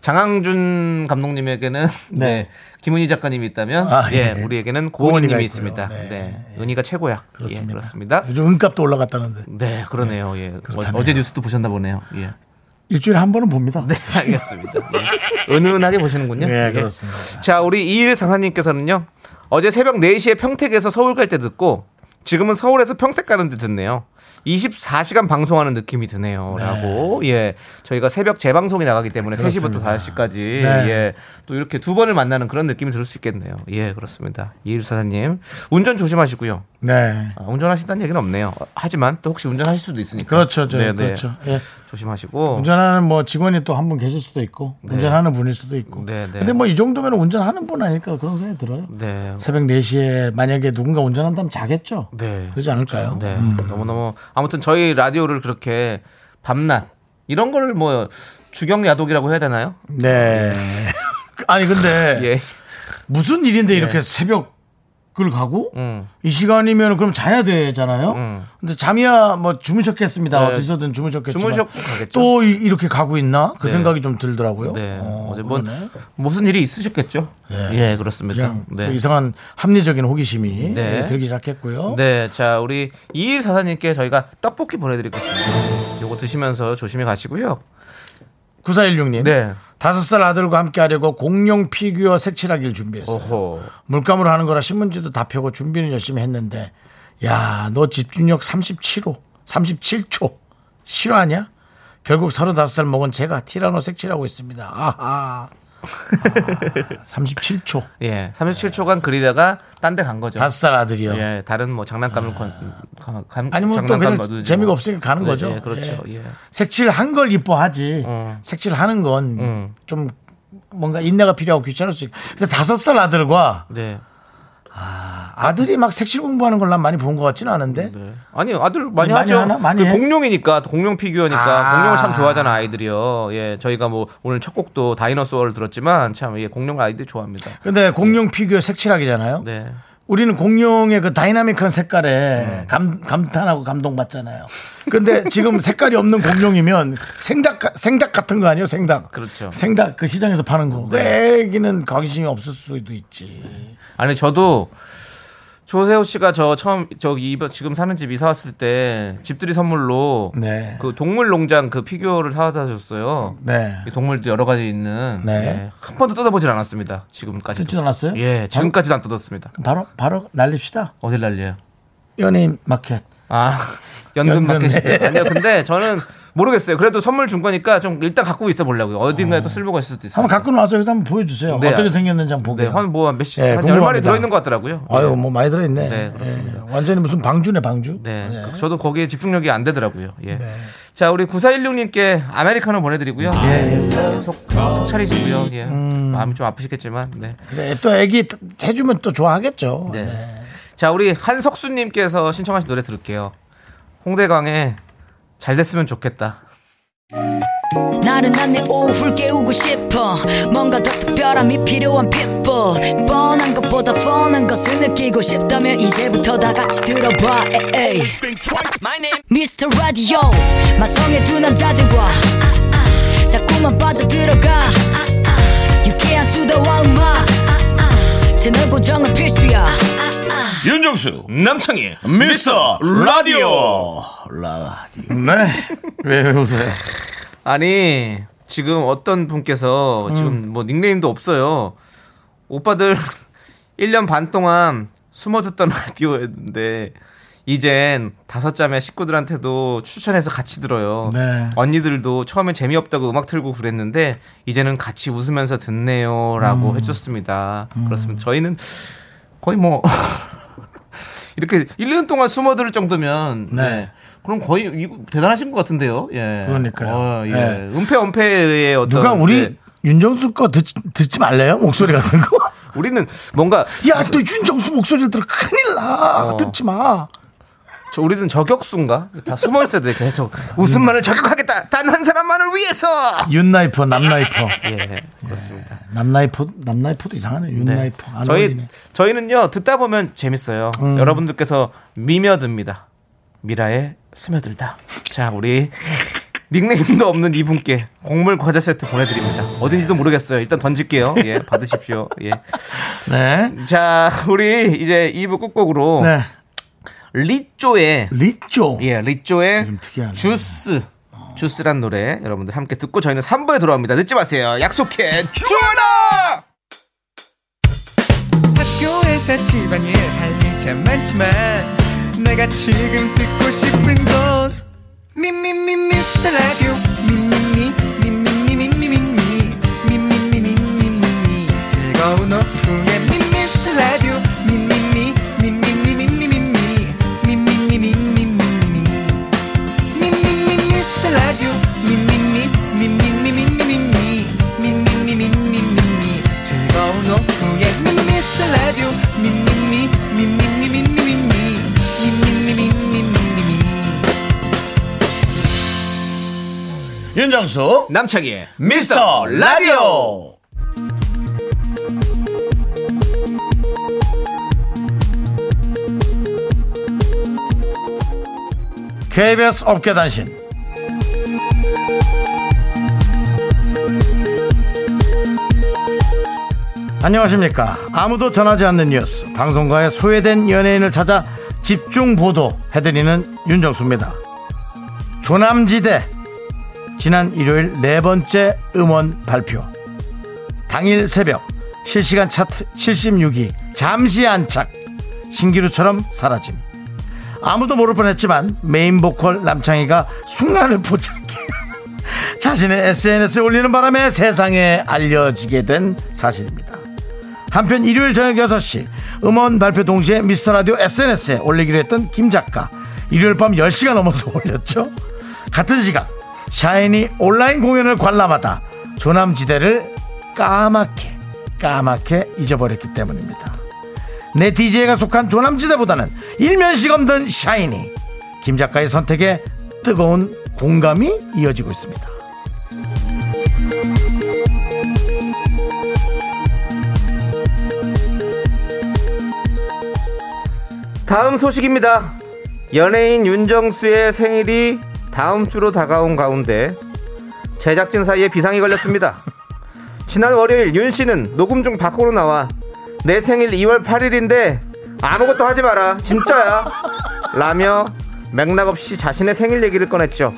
장항준 감독님에게는 네. 김은희 작가님이 있다면
아,
예,
예.
우리에게는
고은이가
고은님이
있고요.
있습니다.
네.
네. 은희가 최고야. 예,
그렇습니다.
그렇습니다.
요즘 은값도 올라갔다는데
네, 그러네요. 예.
그렇다네요.
어제 뉴스도 보셨나 보네요. 예.
일주일에 한 번은 봅니다. 예.
네, 알겠습니다. 네. 은은하게 보시는군요.
네,
예.
그렇습니다.
자, 우리 이일 상사님께서는요. 네 어제 새벽 4시에 평택에서 서울 갈 때 듣고 지금은 서울에서 평택 가는데 듣네요. 24시간 방송하는 느낌이 드네요라고 예 저희가 새벽 재방송이 나가기 때문에 3시부터 5시까지
네.
예 또 이렇게 두 번을 만나는 그런 느낌이 들 수 있겠네요 예 그렇습니다 이일사사님 운전 조심하시고요
네.
아, 운전하신다는 얘기는 없네요 어, 하지만 또 혹시 운전하실 수도 있으니까
그렇죠. 저,
네, 네.
그렇죠. 예.
조심하시고
운전하는 뭐 직원이 또 한 분 계실 수도 있고 운전하는 분일 수도 있고.
네, 네.
근데 뭐 이 정도면 운전하는 분 아닐까 그런 생각이 들어요.
네
새벽 4시에 만약에 누군가 운전한다면 자겠죠. 음.
네.
그러지 않을까요?
네. 너무너무 아무튼 저희 라디오를 그렇게 밤낮 이런 거를 뭐 주경 야독이라고 해야 되나요?
네. 아니 근데
예.
무슨 일인데 이렇게 새벽을 가고
음.
이 시간이면 그럼 자야 되잖아요.
음.
근데 잠이야 뭐 주무셨겠습니다.
네.
어디서든 주무셨겠지만
주무셨고 가겠죠.
또 이- 이렇게 가고 있나 그
네.
생각이 좀 들더라고요.
네.
어,
어, 제뭐
그러네.
무슨 일이 있으셨겠죠? 예, 그렇습니다.
그냥 또
네.
이상한 합리적인 호기심이
네.
예, 들기 시작했고요.
네, 자 우리 이일 사사님께 저희가 떡볶이 보내드리겠습니다. 요거 드시면서 조심히 가시고요.
9416님.
네.
다섯 살 아들과 함께 하려고 공룡 피규어 색칠하기를 준비했어요.
오호.
물감으로 하는 거라 신문지도 다 펴고 준비는 열심히 했는데 야, 너 집중력 37호, 37초 실화냐? 결국 35살 먹은 제가 티라노 색칠하고 있습니다. 아하. 아, 37초.
예, 37초간 그리다가 딴 데 간 거죠.
다섯 살 아들이요.
예, 다른 뭐 장난감을 건, 감, 감,
아니면 또
장난감
그냥
넣어두지
재미가
뭐.
없으니까 가는
네,
거죠.
예, 그렇죠. 예.
색칠한 걸 이뻐하지.
음.
색칠하는 건 좀
음.
뭔가 인내가 필요하고 귀찮을 수 있고. 근데 다섯 살 아들과
네.
아들이 막 색칠 공부하는 걸 난 많이 본 것 같지는 않은데.
예. 아니 아들
아니, 많이
많이 하죠.
하나? 많이
그
해?
공룡이니까 공룡 피규어니까
아.
공룡을 참 좋아하잖아 아이들이요. 예, 저희가 뭐 오늘 첫 곡도 다이너소어를 들었지만 참 예, 공룡 아이들 좋아합니다.
근데 공룡 피규어 색칠하기잖아요.
네.
우리는 공룡의 그 다이나믹한 색깔에
음.
감, 감탄하고 감동받잖아요. 근데 지금 색깔이 없는 공룡이면 생닭, 생닭 같은 거 아니에요? 생닭.
그렇죠. 네.
생닭 그 시장에서 파는 거. 그 애기는 관심이 없을 수도 있지.
아니 저도 조세호 씨가 저 처음 저 이번 지금 사는 집 이사 왔을 때 집들이 선물로
네.
그 동물 농장 그 피규어를 사다 줬어요.
네.
이 동물도 여러 가지 있는
네.
예, 한 번도 뜯어보질 않았습니다. 지금까지.
뜯지도 않았어요?
예, 지금까지도 안 뜯었습니다.
그럼 바로, 바로 날립시다.
어딜 날려요?
연예인 마켓.
아 연금
연금,
받겠어요.
네.
아니요, 근데 저는 모르겠어요. 그래도 선물 준 거니까 좀 일단 갖고 있어 보려고요. 어딘가에 또 쓸모가 있을 수도 있어요.
한번 갖고 나와서 여기서 한번 보여주세요.
아, 네.
어떻게 생겼는지 한번
네,
보게요.
한 뭐 몇십
예,
한열 마리
궁금합니다.
들어 있는 것 같더라고요. 예.
아유, 뭐 많이 들어있네.
네, 그렇습니다.
예, 완전히 무슨 방주네, 네. 방주.
네, 네.
예.
저도 거기에 집중력이 안 되더라고요. 예. 자, 우리 9416님께 아메리카노 보내드리고요.
네.
예, 예, 속, 속 차리시고요. 예. 마음이 좀 아프시겠지만, 네.
그래, 또 애기 해주면 또 좋아하겠죠.
네.
네.
자, 우리 한석수님께서 신청하신 노래 들을게요. 홍대광의 잘 됐으면 좋겠다.
나른한 내 오후를 깨우고 싶어 뭔가 더 특별함이 필요한 people 뻔한 것보다 뻔한 것을 느끼고 싶다면 이제부터 다 같이 들어봐 에이. Mr. Radio 마성의 두 남자들과 자꾸만 빠져들어가 유쾌한 수다와 음악 채널 고정은 필수야
윤정수 남창희 미스터 라디오 라디오
네. 왜 웃어요?
아니 지금 어떤 분께서
음.
지금 뭐 닉네임도 없어요. 오빠들 1년 반 동안 숨어 듣던 라디오였는데 이젠 다섯 자매 식구들한테도 추천해서 같이 들어요.
네.
언니들도 처음에 재미없다고 음악 틀고 그랬는데 이제는 같이 웃으면서 듣네요라고
음.
해줬습니다. 그렇습니다. 저희는 거의 뭐 이렇게 1년 동안 숨어 들을 정도면
네.
네. 그럼 거의 이거 대단하신 것 같은데요. 예.
그러니까요.
어, 예.
예.
은폐 은폐의 어떤
누가 우리
예.
윤정수 거 듣, 듣지 말래요? 목소리 같은 거?
우리는 뭔가
야, 또 윤정수 목소리를 들어 큰일 나.
어.
듣지 마.
저 우리는 저격수인가? 다 숨어 있어야 돼. 계속 웃음만을 저격하겠다. 단 한 사람만을 위해서.
윤나이퍼, 남나이퍼.
예. 그렇습니다.
남나이퍼, 남나이퍼도 이상하네.
네.
윤나이퍼. 안
저희
어울리네. 음.
저희는요. 듣다 보면 재밌어요. 여러분들께서 미며듭니다. 미라에 스며들다. 자, 우리 닉네임도 없는 이분께 곡물 과자 세트 보내드립니다. 어딘지도 모르겠어요. 일단 던질게요. 예, 받으십시오. 예.
네.
자, 우리 이제 2부 끝곡으로
네.
리쪼의
리쪼.
예, 리쪼의
이름 특이하네. 어.
주스 주스란 노래 여러분들 함께 듣고 저희는 3부에 돌아옵니다. 늦지 마세요. 약속해. 주원아!
학교에서 집안일 할 일 참 많지만 내가 지금 듣고 싶은 건 미미미 미스터 라디오 미미미 미미미 미미미 미미미 미미미 즐거운 오후에 미스터 라디오 미미미 미미미 미미미 미미미 미미미
윤정수
남창희의
미스터 라디오
KBS 업계단신 안녕하십니까 아무도 전하지 않는 뉴스 방송가에 소외된 연예인을 찾아 집중 보도해드리는 윤정수입니다 조남지대 지난 일요일 네 번째 음원 발표 당일 새벽 실시간 차트 76위 잠시 안착 신기루처럼 사라짐 아무도 모를 뻔했지만 메인 보컬 남창희가 순간을 포착해 자신의 SNS에 올리는 바람에 세상에 알려지게 된 사실입니다. 한편 일요일 저녁 6시 음원 발표 동시에 미스터 라디오 SNS에 올리기로 했던 김 작가 일요일 밤 10시가 넘어서 올렸죠. 같은 시각 샤이니 온라인 공연을 관람하다 조남지대를 까맣게 까맣게 잊어버렸기 때문입니다. 내 DJ가 속한 조남지대보다는 일면식 없는 샤이니 김 작가의 선택에 뜨거운 공감이 이어지고 있습니다
다음 소식입니다. 연예인 윤정수의 생일이 다음 주로 다가온 가운데 제작진 사이에 비상이 걸렸습니다. 지난 월요일 윤 씨는 녹음 중 밖으로 나와 내 생일 2월 8일인데 아무것도 하지 마라 진짜야 라며 맥락 없이 자신의 생일 얘기를 꺼냈죠.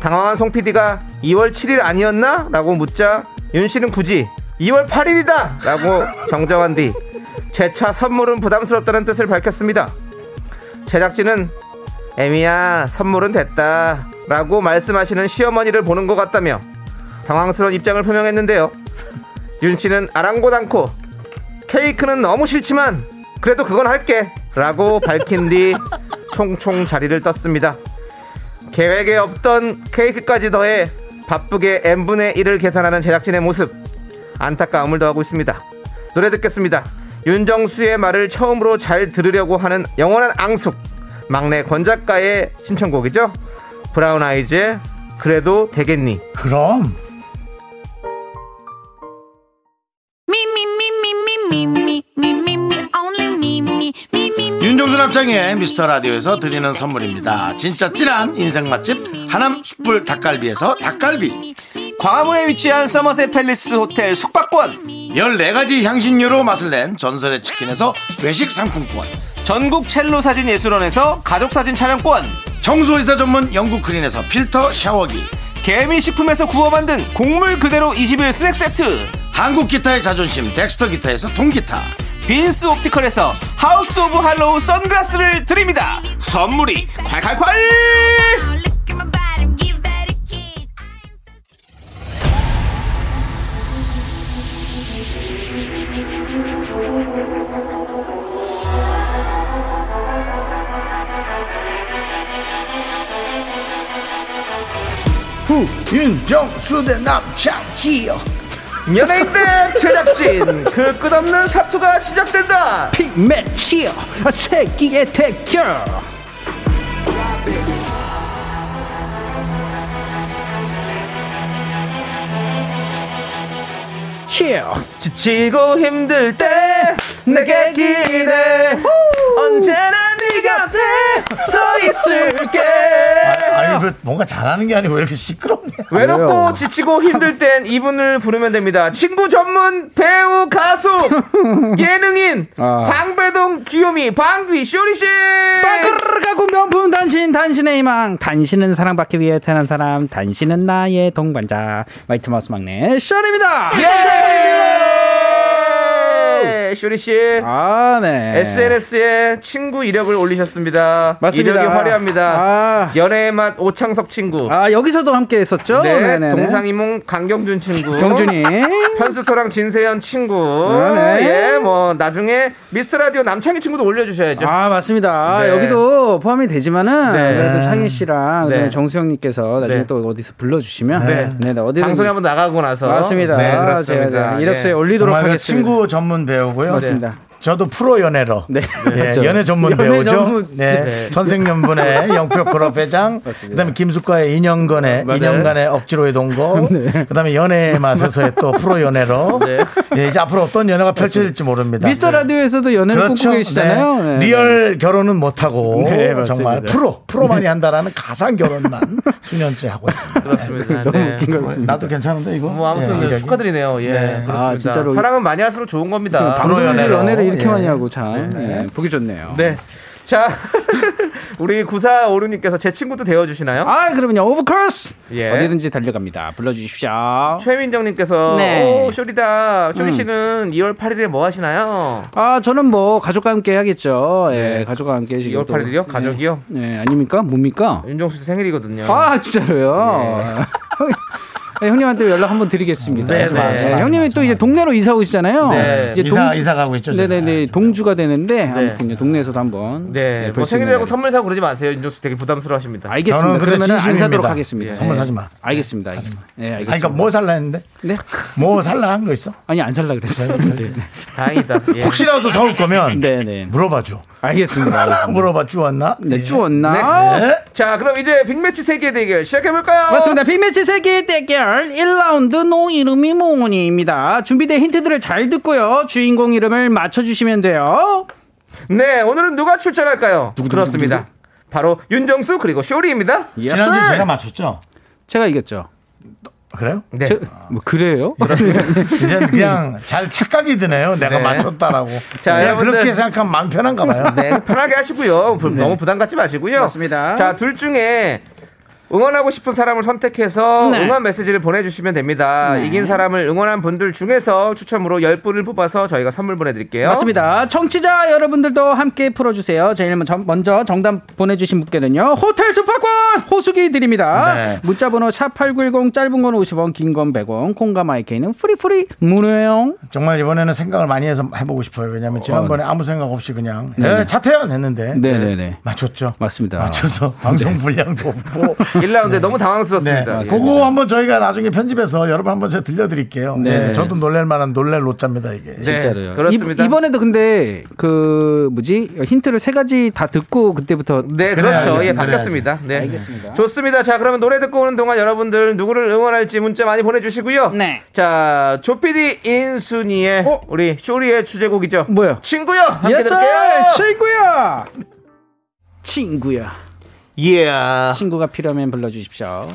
당황한 송 PD가 2월 7일 아니었나? 라고 묻자 윤 씨는 굳이 2월 8일이다! 라고 정정한 뒤 제 차 선물은 부담스럽다는 뜻을 밝혔습니다. 제작진은 에미야 선물은 됐다 라고 말씀하시는 시어머니를 보는 것 같다며 당황스러운 입장을 표명했는데요. 윤 씨는 아랑곳않고 케이크는 너무 싫지만 그래도 그건 할게 라고 밝힌 뒤 총총 자리를 떴습니다. 계획에 없던 케이크까지 더해 바쁘게 n분의 1을 계산하는 제작진의 모습 안타까움을 더하고 있습니다 노래 듣겠습니다 윤정수의 말을 처음으로 잘 들으려고 하는 영원한 앙숙 막내 권작가의 신청곡이죠 브라운 아이즈의 그래도 되겠니
그럼
윤정수 남창희의 미스터 라디오에서 드리는 선물입니다 진짜 찐한 인생 맛집 하남 숯불 닭갈비에서 닭갈비
광화문에 위치한 서머셋 팰리스 호텔 숙박권
14가지 향신료로 맛을 낸 전설의 치킨에서 외식 상품권
전국 첼로 사진 예술원에서 가족사진 촬영권
청소이사 전문 영국 크린에서 필터 샤워기
개미식품에서 구워 만든 곡물 그대로 21 스낵 세트
한국 기타의 자존심 덱스터 기타에서 통기타
빈스 옵티컬에서 하우스 오브 할로우 선글라스를 드립니다. 선물이 콸콸콸!
윤정수 대 남창희요
연예인대 제작진 그 끝없는 사투가 시작된다.
빅매치요 세기의 대결 치요
지치고 힘들 때 내게 기대 언제나 네가 돼 서 있을게.
아니 왜 뭔가 잘하는 게 아니고 왜 이렇게 시끄럽냐
외롭고 지치고 힘들 땐 이분을 부르면 됩니다. 친구 전문 배우 가수 예능인 방배동 귀요미 방귀 쇼리 씨.
빠그르르가고 명품 단신 단신의 희망 단신은 사랑받기 위해 태어난 사람 단신은 나의 동반자 화이트마우스 막내 쇼입니다
예! 쇼리 씨.
아, 네.
SNS에 친구 이력을 올리셨습니다.
맞습니다.
이력이 화려합니다.
아.
연애의 맛 오창석 친구.
아, 여기서도 함께 했었죠?
네,
네네네.
동상이몽 강경준 친구.
경준이.
편스토랑 진세현 친구.
아, 네.
예, 뭐 나중에 미스 라디오 남창희 친구도 올려주셔야죠.
아 맞습니다.
네.
여기도 포함이 되지만은
네.
그래도 창희 씨랑
네.
그다음에 정수영님께서 나중에
네.
또 어디서 불러주시면
네.
네, 네 어디
방송에 한번 나가고 나서.
맞습니다. 아,
네,
제가
그렇습니다.
이제 이력서에
예.
올리도록
정말 그
하겠습니다.
친구 전문 배우고요.
맞습니다. 네.
저도 프로 연애로.
네.
예,
맞죠.
연애 전문
연애
배우죠.
전문-
네. 전생연분의 영표그룹 회장. 그다음에 김숙과의 2년간의 2년간의 억지로의 동거.
네.
그다음에 연애의 맛에서의 또 프로 연애로. 예, 이제 앞으로 어떤 연애가 펼쳐질지 모릅니다.
미스터 라디오에서도 연애를
그렇죠.
꿈꾸고 계시잖아요.
네.
네.
리얼 결혼은 못하고
네, 맞습니다. 네.
정말 프로 프로만이 한다라는 가상 결혼만 수년째 하고 있습니다.
그렇습니다. 네.
나도 괜찮은데 이거.
뭐 아무튼
예, 이력이.
축하드리네요. 예. 그렇습니다.
아, 진짜로.
사랑은 많이 할수록 좋은 겁니다.
방송에서
연애로.
연애를 이렇게
예.
많이 하고 참 네, 보기 좋네요.
네. 자, 우리 구사 오르님께서 제 친구도 되어 주시나요?
아 그러면요 오브커스
예.
어디든지 달려갑니다. 불러주십시오. 아,
최민정님께서
네. 음.
오 쇼리다 쇼리 씨는 2월 8일에 뭐 하시나요?
아 저는 뭐 가족과 함께 하겠죠. 예, 가족과 함께 지금
2월
또-
네. 8일이요?
네.
가족이요?
예, 아닙니까? 뭡니까?
윤정수 씨 생일이거든요.
아 진짜로요. 네, 형님한테 연락 한번 드리겠습니다.
예. 네,
하지 마,
네.
하지 마. 형님이 또 이제 동네로 이사 오시잖아요.
네.
이제
이사 이사 가고 예. 있죠. 제가.
네네네 동주가 되는데 아무튼요 동네에서도
네.
한번 네, 아,
뭐
볼수 있는
생일이라고
날에.
선물 사고 그러지 마세요. 윤정수 씨 되게 부담스러워하십니다.
알겠습니다.
저는 근데
그러면 안
진심입니다.
사도록 하겠습니다.
예. 선물 사지 마.
알겠습니다. 알겠습니다. 네, 알겠습니다.
아니, 그러니까 뭐 살라 했는데?
네?
뭐 살라 한 거 있어?
아니 안 살라 그랬어요. 네,
다행이다. 예.
혹시라도 사올 거면
네, 네.
물어봐 줘.
알겠습니다. 알겠습니다.
물어봐 주었나?
네, 주웠나?
자, 그럼 이제 빅매치 세계 대결 시작해 볼까요?
맞습니다. 빅매치 세계 대결 1라운드 농 이름이 몽원이입니다. 준비된 힌트들을 잘 듣고요. 주인공 이름을 맞춰주시면 돼요.
네, 오늘은 누가 출전할까요? 그렇습니다. 바로 윤정수 그리고 쇼리입니다.
예.
지난주 제가 맞췄죠.
제가 이겼죠.
그래요?
네.
제-
아.
뭐 그래요?
이제 그냥 잘 착각이 드네요. 내가
네.
맞췄다라고. 네,
자,
그냥
여러분들.
그렇게 생각하면 마음 편한가 봐요.
네, 편하게 하시고요. 부- 너무 부담 갖지 마시고요.
맞습니다.
자, 둘 중에 응원하고 싶은 사람을 선택해서 응원 메시지를 보내주시면 됩니다. 이긴 사람을 응원한 분들 중에서 추첨으로 10분을 뽑아서 저희가 선물 보내드릴게요.
맞습니다. 청취자 여러분들도 함께 풀어주세요. 제일 먼저- 먼저 정답 보내주신 분께는요. 호텔 숙박권 호수기 드립니다.
네.
문자번호 샵8910 짧은 건 50원 긴 건 100원 콩과 마이케이는 프리프리 무료용
정말 이번에는 생각을 많이 해서 해보고 싶어요. 왜냐하면 지난번에 아무 생각 없이 그냥 예, 차태현 했는데
네네네.
맞췄죠.
맞습니다.
맞춰서 방송 분량도 없고
1라운드 너무
네.
당황스럽습니다. 예.
그거 한번 저희가 나중에 편집해서 여러분 한번 제가 들려드릴게요. 네. 저도 놀랄 만한 놀랄 로짜입니다 이게.
네,
진짜로요.
그렇습니다.
이, 번에도 근데 그 뭐지 힌트를 세 가지 다 듣고 그때부터
네,
그래야지,
그렇죠. 예,
그래야지.
바뀌었습니다. 네. 알겠습니다. 좋습니다. 자, 그러면 노래 듣고 오는 동안 여러분들 누구를 응원할지 문자 많이 보내주시고요.
네.
자, 조피디 인순이의
어?
우리 쇼리의 주제곡이죠.
뭐요?
친구요! 함께
예스
들을게요!
친구야 친구야
예.
친구가 필요하면 불러주십시오.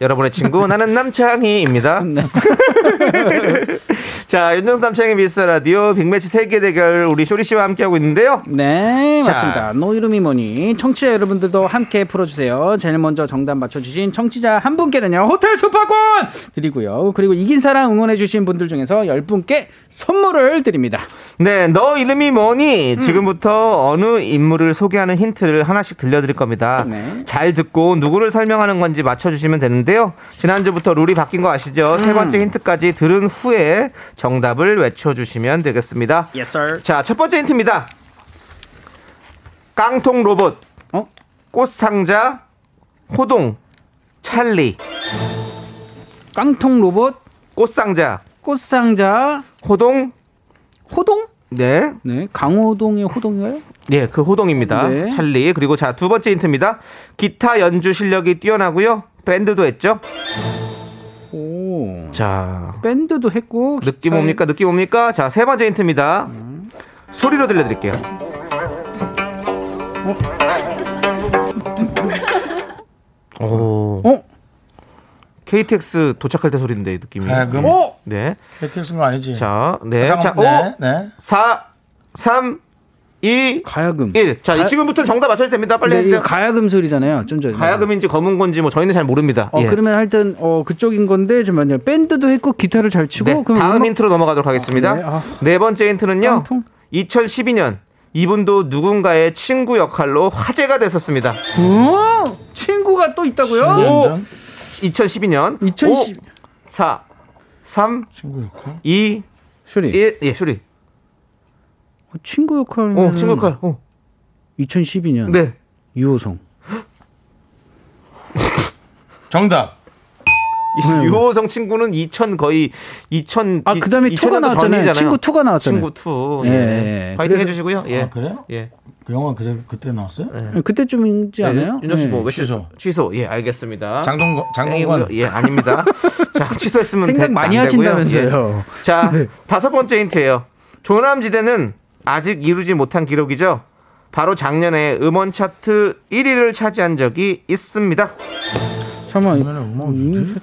여러분의 친구, 나는 남창희입니다.
네.
자, 윤정수 남창희 미스터 라디오 빅매치 세계 대결 우리 쇼리 씨와 함께하고 있는데요.
네,
자.
맞습니다. 노 이름이 뭐니? 청취자 여러분들도 함께 풀어주세요. 제일 먼저 정답 맞춰주신 청취자 한 분께는요, 호텔 숙박권 드리고요. 그리고 이긴 사람 응원해주신 분들 중에서 열 분께 선물을 드립니다.
네, 너 이름이 뭐니?
음.
지금부터 어느 인물을 소개하는 힌트를 하나씩 들려드릴 겁니다.
네.
잘 듣고 누구를 설명하는 건지 맞춰주시면 되는데요. 지난주부터 룰이 바뀐 거 아시죠?
음.
세 번째 힌트까지 들은 후에 정답을 외쳐주시면 되겠습니다.
Yes, sir.
자, 첫 번째 힌트입니다. 깡통 로봇,
어?
꽃상자, 호동, 찰리,
깡통 로봇,
꽃상자,
꽃상자,
호동,
호동?
네,
네, 강호동의 호동이에요?
네, 그 호동입니다.
네.
찰리. 그리고 자, 두 번째 힌트입니다. 기타 연주 실력이 뛰어나고요. 밴드도 했죠.
오.
자,
밴드도 했고.
느낌
기타에-
뭡니까? 느낌 뭡니까? 자, 세 번째 힌트입니다. 소리로 들려드릴게요. 오.
어?
KTX 도착할 때 소리인데 느낌이.
네, 그럼
어?
네.
KTX인 거 아니지?
자, 네.
잠깐만,
자, 오,
네, 네.
4 3 2,
가야금.
1. 자,
가-
지금부터 정답 맞춰주셔도 됩니다. 빨리
근데
해주세요.
이거 가야금 소리잖아요. 좀 전에.
음. 가야금인지 검은 건지 뭐 저희는 잘 모릅니다.
어
예.
그러면 하여튼 어 그쪽인 건데 잠만요. 밴드도 했고 기타를 잘 치고
네,
그럼
다음
음악-
힌트로 넘어가도록 하겠습니다.
네,
네,
아.
번째 힌트는요.
깡통?
2012년 이분도 누군가의 친구 역할로 화제가 됐었습니다.
어? 친구가 또 있다고요?
2012년
2010
5, 4, 3, 2,
쇼리.
1. 예, 수리.
어, 친구 역할.
어, 친구 역할. 어.
2012년
네.
유호성.
정답.
이 유호성 친구는 2000 거의 2000
아, 그다음에 투가 나왔잖아요. 친구 투가 나왔잖아요.
친구 2.
예,
예.
예, 예.
파이팅
그래서-
해 주시고요. 예.
아, 그래요?
예.
그 영화 그, 그때 나왔어요?
그때쯤이지 않아요?
윤정 씨뭐
네.
취소.
취소. 예,
아,
알겠습니다.
장동건 장동건
땡이고요. 예, 아닙니다. 자, 취소했으면
생각
됐-
많이
안 되고요.
하신다면서요. 네.
예. 자, 다섯 번째 힌트예요. 조남지대는 아직 이루지 못한 기록이죠. 바로 작년에 음원 차트 1위를 차지한 적이 있습니다.
잠깐만.
뭐,
음,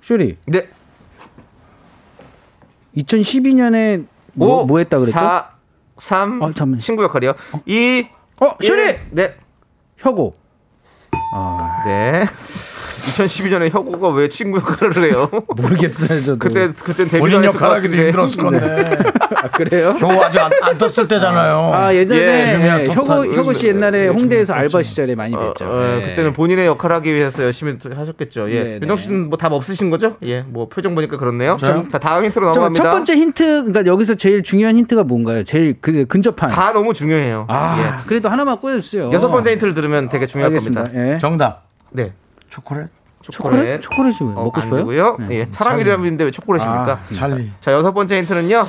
쇼리. 쇼리.
네.
2012년에 뭐,
오,
뭐 했다 그랬죠?
사, 삼,
아, 잠깐만.
친구 역할이요. 이,
어, 쇼리.
일. 네.
혁오.
네. 2012년에 혁우가 왜 친구 역할을 해요?
뭐, 모르겠어요, 저도.
그때 그때 데뷔
본인 역할하기도 힘들었을
네.
건데
아, 그래요?
겨우 아직 안, 안 떴을 때잖아요.
아,
예,
예전에
지금이야
예,
톱스타.
혁오 혁오 씨 옛날에
요즘에
홍대에서 알바 시절에 많이 뵀죠. 예.
어, 그때는 본인의 역할하기 위해서 열심히 또 하셨겠죠.
네,
예.
네.
윤정 씨는 뭐 답 없으신 거죠? 예. 뭐 표정 보니까 그렇네요.
저요?
자, 다음 힌트로
저,
넘어갑니다.
첫 번째 힌트 그러니까 여기서 제일 중요한 힌트가 뭔가요? 제일 그 근접한.
다 너무 중요해요.
아, 그래도 하나만 꽂아 주세요.
예. 여섯 번째 힌트를 들으면 되게 중요할
알겠습니다.
겁니다.
예.
정답.
네.
초콜릿.
초콜릿.
초콜릿 초콜릿이 왜
어,
먹고
안
싶어요? 네. 아,
되고요. 예. 사람 이름인데 왜 초콜릿입니까?
찰리.
자, 여섯 번째 힌트는요.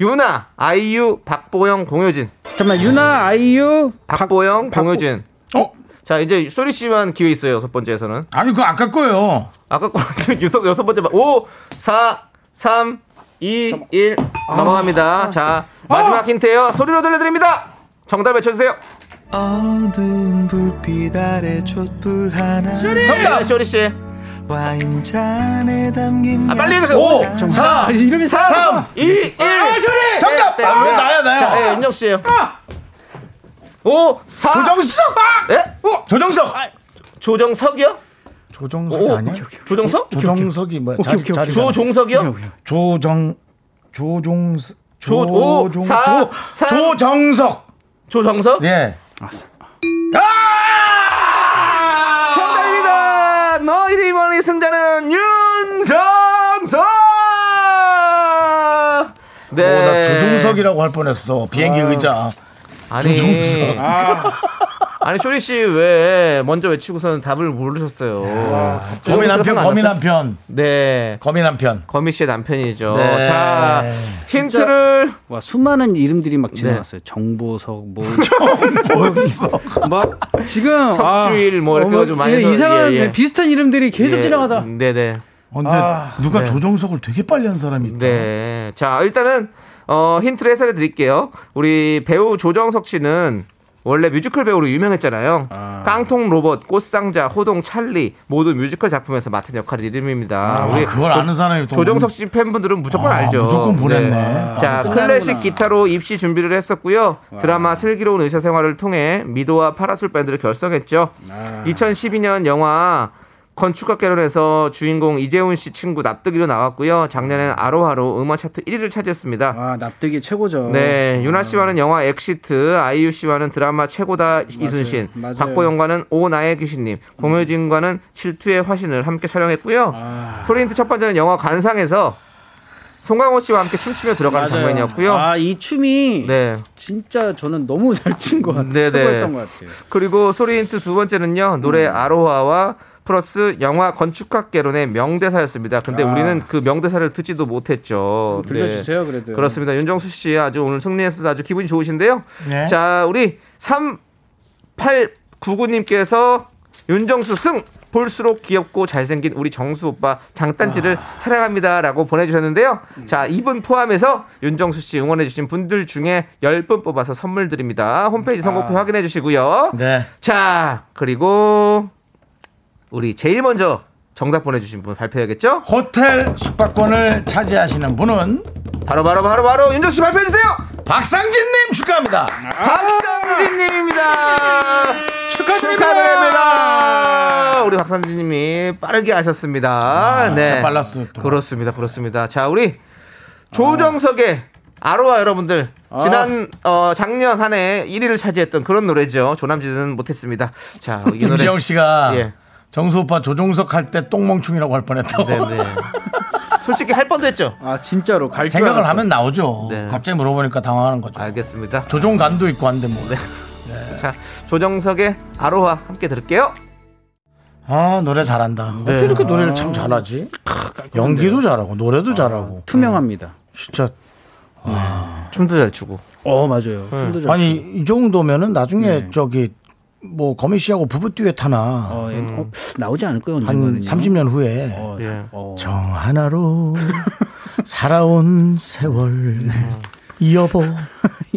유나, 아이유, 박보영, 공효진.
잠깐만 유나 아이유
박보영,
박보-
공효진.
어?
자, 이제 소리 씨만 기회 있어요. 여섯 번째에서는.
아니 그거 아까 거요.
아까 거는 여섯, 여섯 번째 말. 5, 4, 3, 2, 1. 넘어갑니다.
아,
자, 마지막 힌트예요. 소리로 들려드립니다. 정답 외쳐주세요.
어두운 불빛 아래 촛불 하나
정답! 쇼리 씨.
와인잔에 담긴
아, 빨리 해주세요.
약속
어,
5,
아, 이름이 사
3, 2, 1.
아,
네,
정답. 아, 왜 나야 나야.
네, 윤정 씨. 5,
아.
4.
조정석. 어?
네?
예?
조정석.
조정석이요?
조정석이
오,
아니야?
조정석?
조정석이 뭐야? 자,
오케이, 오케이.
자리가-
조종석이요?
조정 조종
조- 오,
조종
사,
조
삼.
조정석.
조정석?
예.
정답입니다. 너희들 이번의 승자는 윤정석. 네. 아.
어, 나 조종석이라고 할 뻔했어. 비행기 의자.
아니.
조종석.
아니 쇼리 씨 왜 먼저 외치고서는 답을 모르셨어요. 네. 조종석
거미 남편,
생각 안
거미
났어요?
남편,
네.
거미 남편.
거미 씨의 남편이죠.
네.
자, 힌트를
와 수많은 이름들이 막 지나갔어요.
네.
정보석 뭐
어,
정보석 막 지금
석주일 뭐 이렇게 해가지고 많이
예,
해서-
이상한
예, 예.
비슷한 이름들이 계속
예,
지나가다.
네, 네.
어, 근데 누가 조정석을 되게 빨리 한 사람이 있다.
네. 자, 일단은 어, 힌트를 해설해 드릴게요. 우리 배우 조정석 씨는 원래 뮤지컬 배우로 유명했잖아요. 깡통 로봇, 꽃상자, 호동 찰리 모두 뮤지컬 작품에서 맡은 역할의 이름입니다.
아, 그걸 아는 사람이 또 음.
조정석 씨 팬분들은 무조건
아,
알죠.
무조건 보냈네.
자,
아,
클래식
끝나는구나.
기타로 입시 준비를 했었고요.
아.
드라마 슬기로운 의사 생활을 통해 미도와 파라솔 밴드를 결성했죠.
아.
2012년 영화 건축학 개론에서 주인공 이재훈 씨 친구 납득이로 나왔고요. 작년엔 아로하로 음원 차트 1위를 차지했습니다.
아 납득이 최고죠.
네, 윤아 씨와는 영화 엑시트, 아이유 씨와는 드라마 최고다 이순신,
맞아요.
박보영과는 오 나의 귀신님, 공효진과는 질투의 화신을 함께 촬영했고요.
아.
프린트 첫 번째는 영화 관상에서 송강호 씨와 함께 춤추며 들어가는 장면이었고요.
아이 춤이
네.
진짜 저는 너무 잘 춘 것 같아요.
네, 네.
최고였던 것 같아요.
그리고 소리 힌트 두 번째는요. 노래
음.
아로하와 플러스 영화 건축학 개론의 명대사였습니다. 근데 우리는 그 명대사를 듣지도 못했죠. 네.
들려주세요, 아.
네.
그래도.
그렇습니다. 윤정수 씨 아주 오늘 승리해서 아주 기분이 좋으신데요. 자, 우리 3899님께서 윤정수 승 볼수록 귀엽고 잘생긴 우리 정수 오빠 장단지를 사랑합니다라고 보내주셨는데요. 자, 이분 포함해서 윤정수 씨 응원해주신 분들 중에 10분 뽑아서 선물 드립니다. 홈페이지 선곡표 확인해주시고요.
네.
자, 그리고 우리 제일 먼저 정답 보내주신 분 발표해야겠죠?
호텔 숙박권을 차지하시는 분은
바로 바로 바로 바로 윤정수 씨 발표해주세요.
박상진님 축하합니다.
아, 박상진님입니다.
축하드립니다.
축하드립니다. 우리 박상진님이 빠르게 아셨습니다. 네.
진짜 빨랐어요, 또.
그렇습니다, 그렇습니다. 자, 우리 조정석의 아로하 여러분들 지난 어, 작년 한 해 1위를 차지했던 그런 노래죠. 조남지는 못했습니다. 자, 이 노래.
김지영 씨가
예.
정수 오빠 조종석 할 때 똥멍충이라고 할 뻔했다고.
네, 네. 솔직히 할 뻔도 했죠.
아 진짜로 갈 줄
생각을
알았어. 음.
하면 나오죠.
그렇죠. 네. 아,
갑자기 물어보니까 당황하는 거죠.
알겠습니다.
조종간도 있고 한데 뭐.
자, 조정석의 아로하 함께 들을게요.
아 노래 잘한다. 어떻게 이렇게 노래를 참 잘하지? 연기도 잘하고 노래도 잘하고.
투명합니다.
진짜
춤도 잘 추고.
어 맞아요. 좀더 잘.
네. 아니 이 정도면은 나중에 저기 뭐 거미 씨하고 부부 듀엣 하나
어, 예. 어, 나오지 않을 거예요
음. 한
언젠가는.
30년 후에
어,
예.
어.
정 하나로 살아온 세월 여보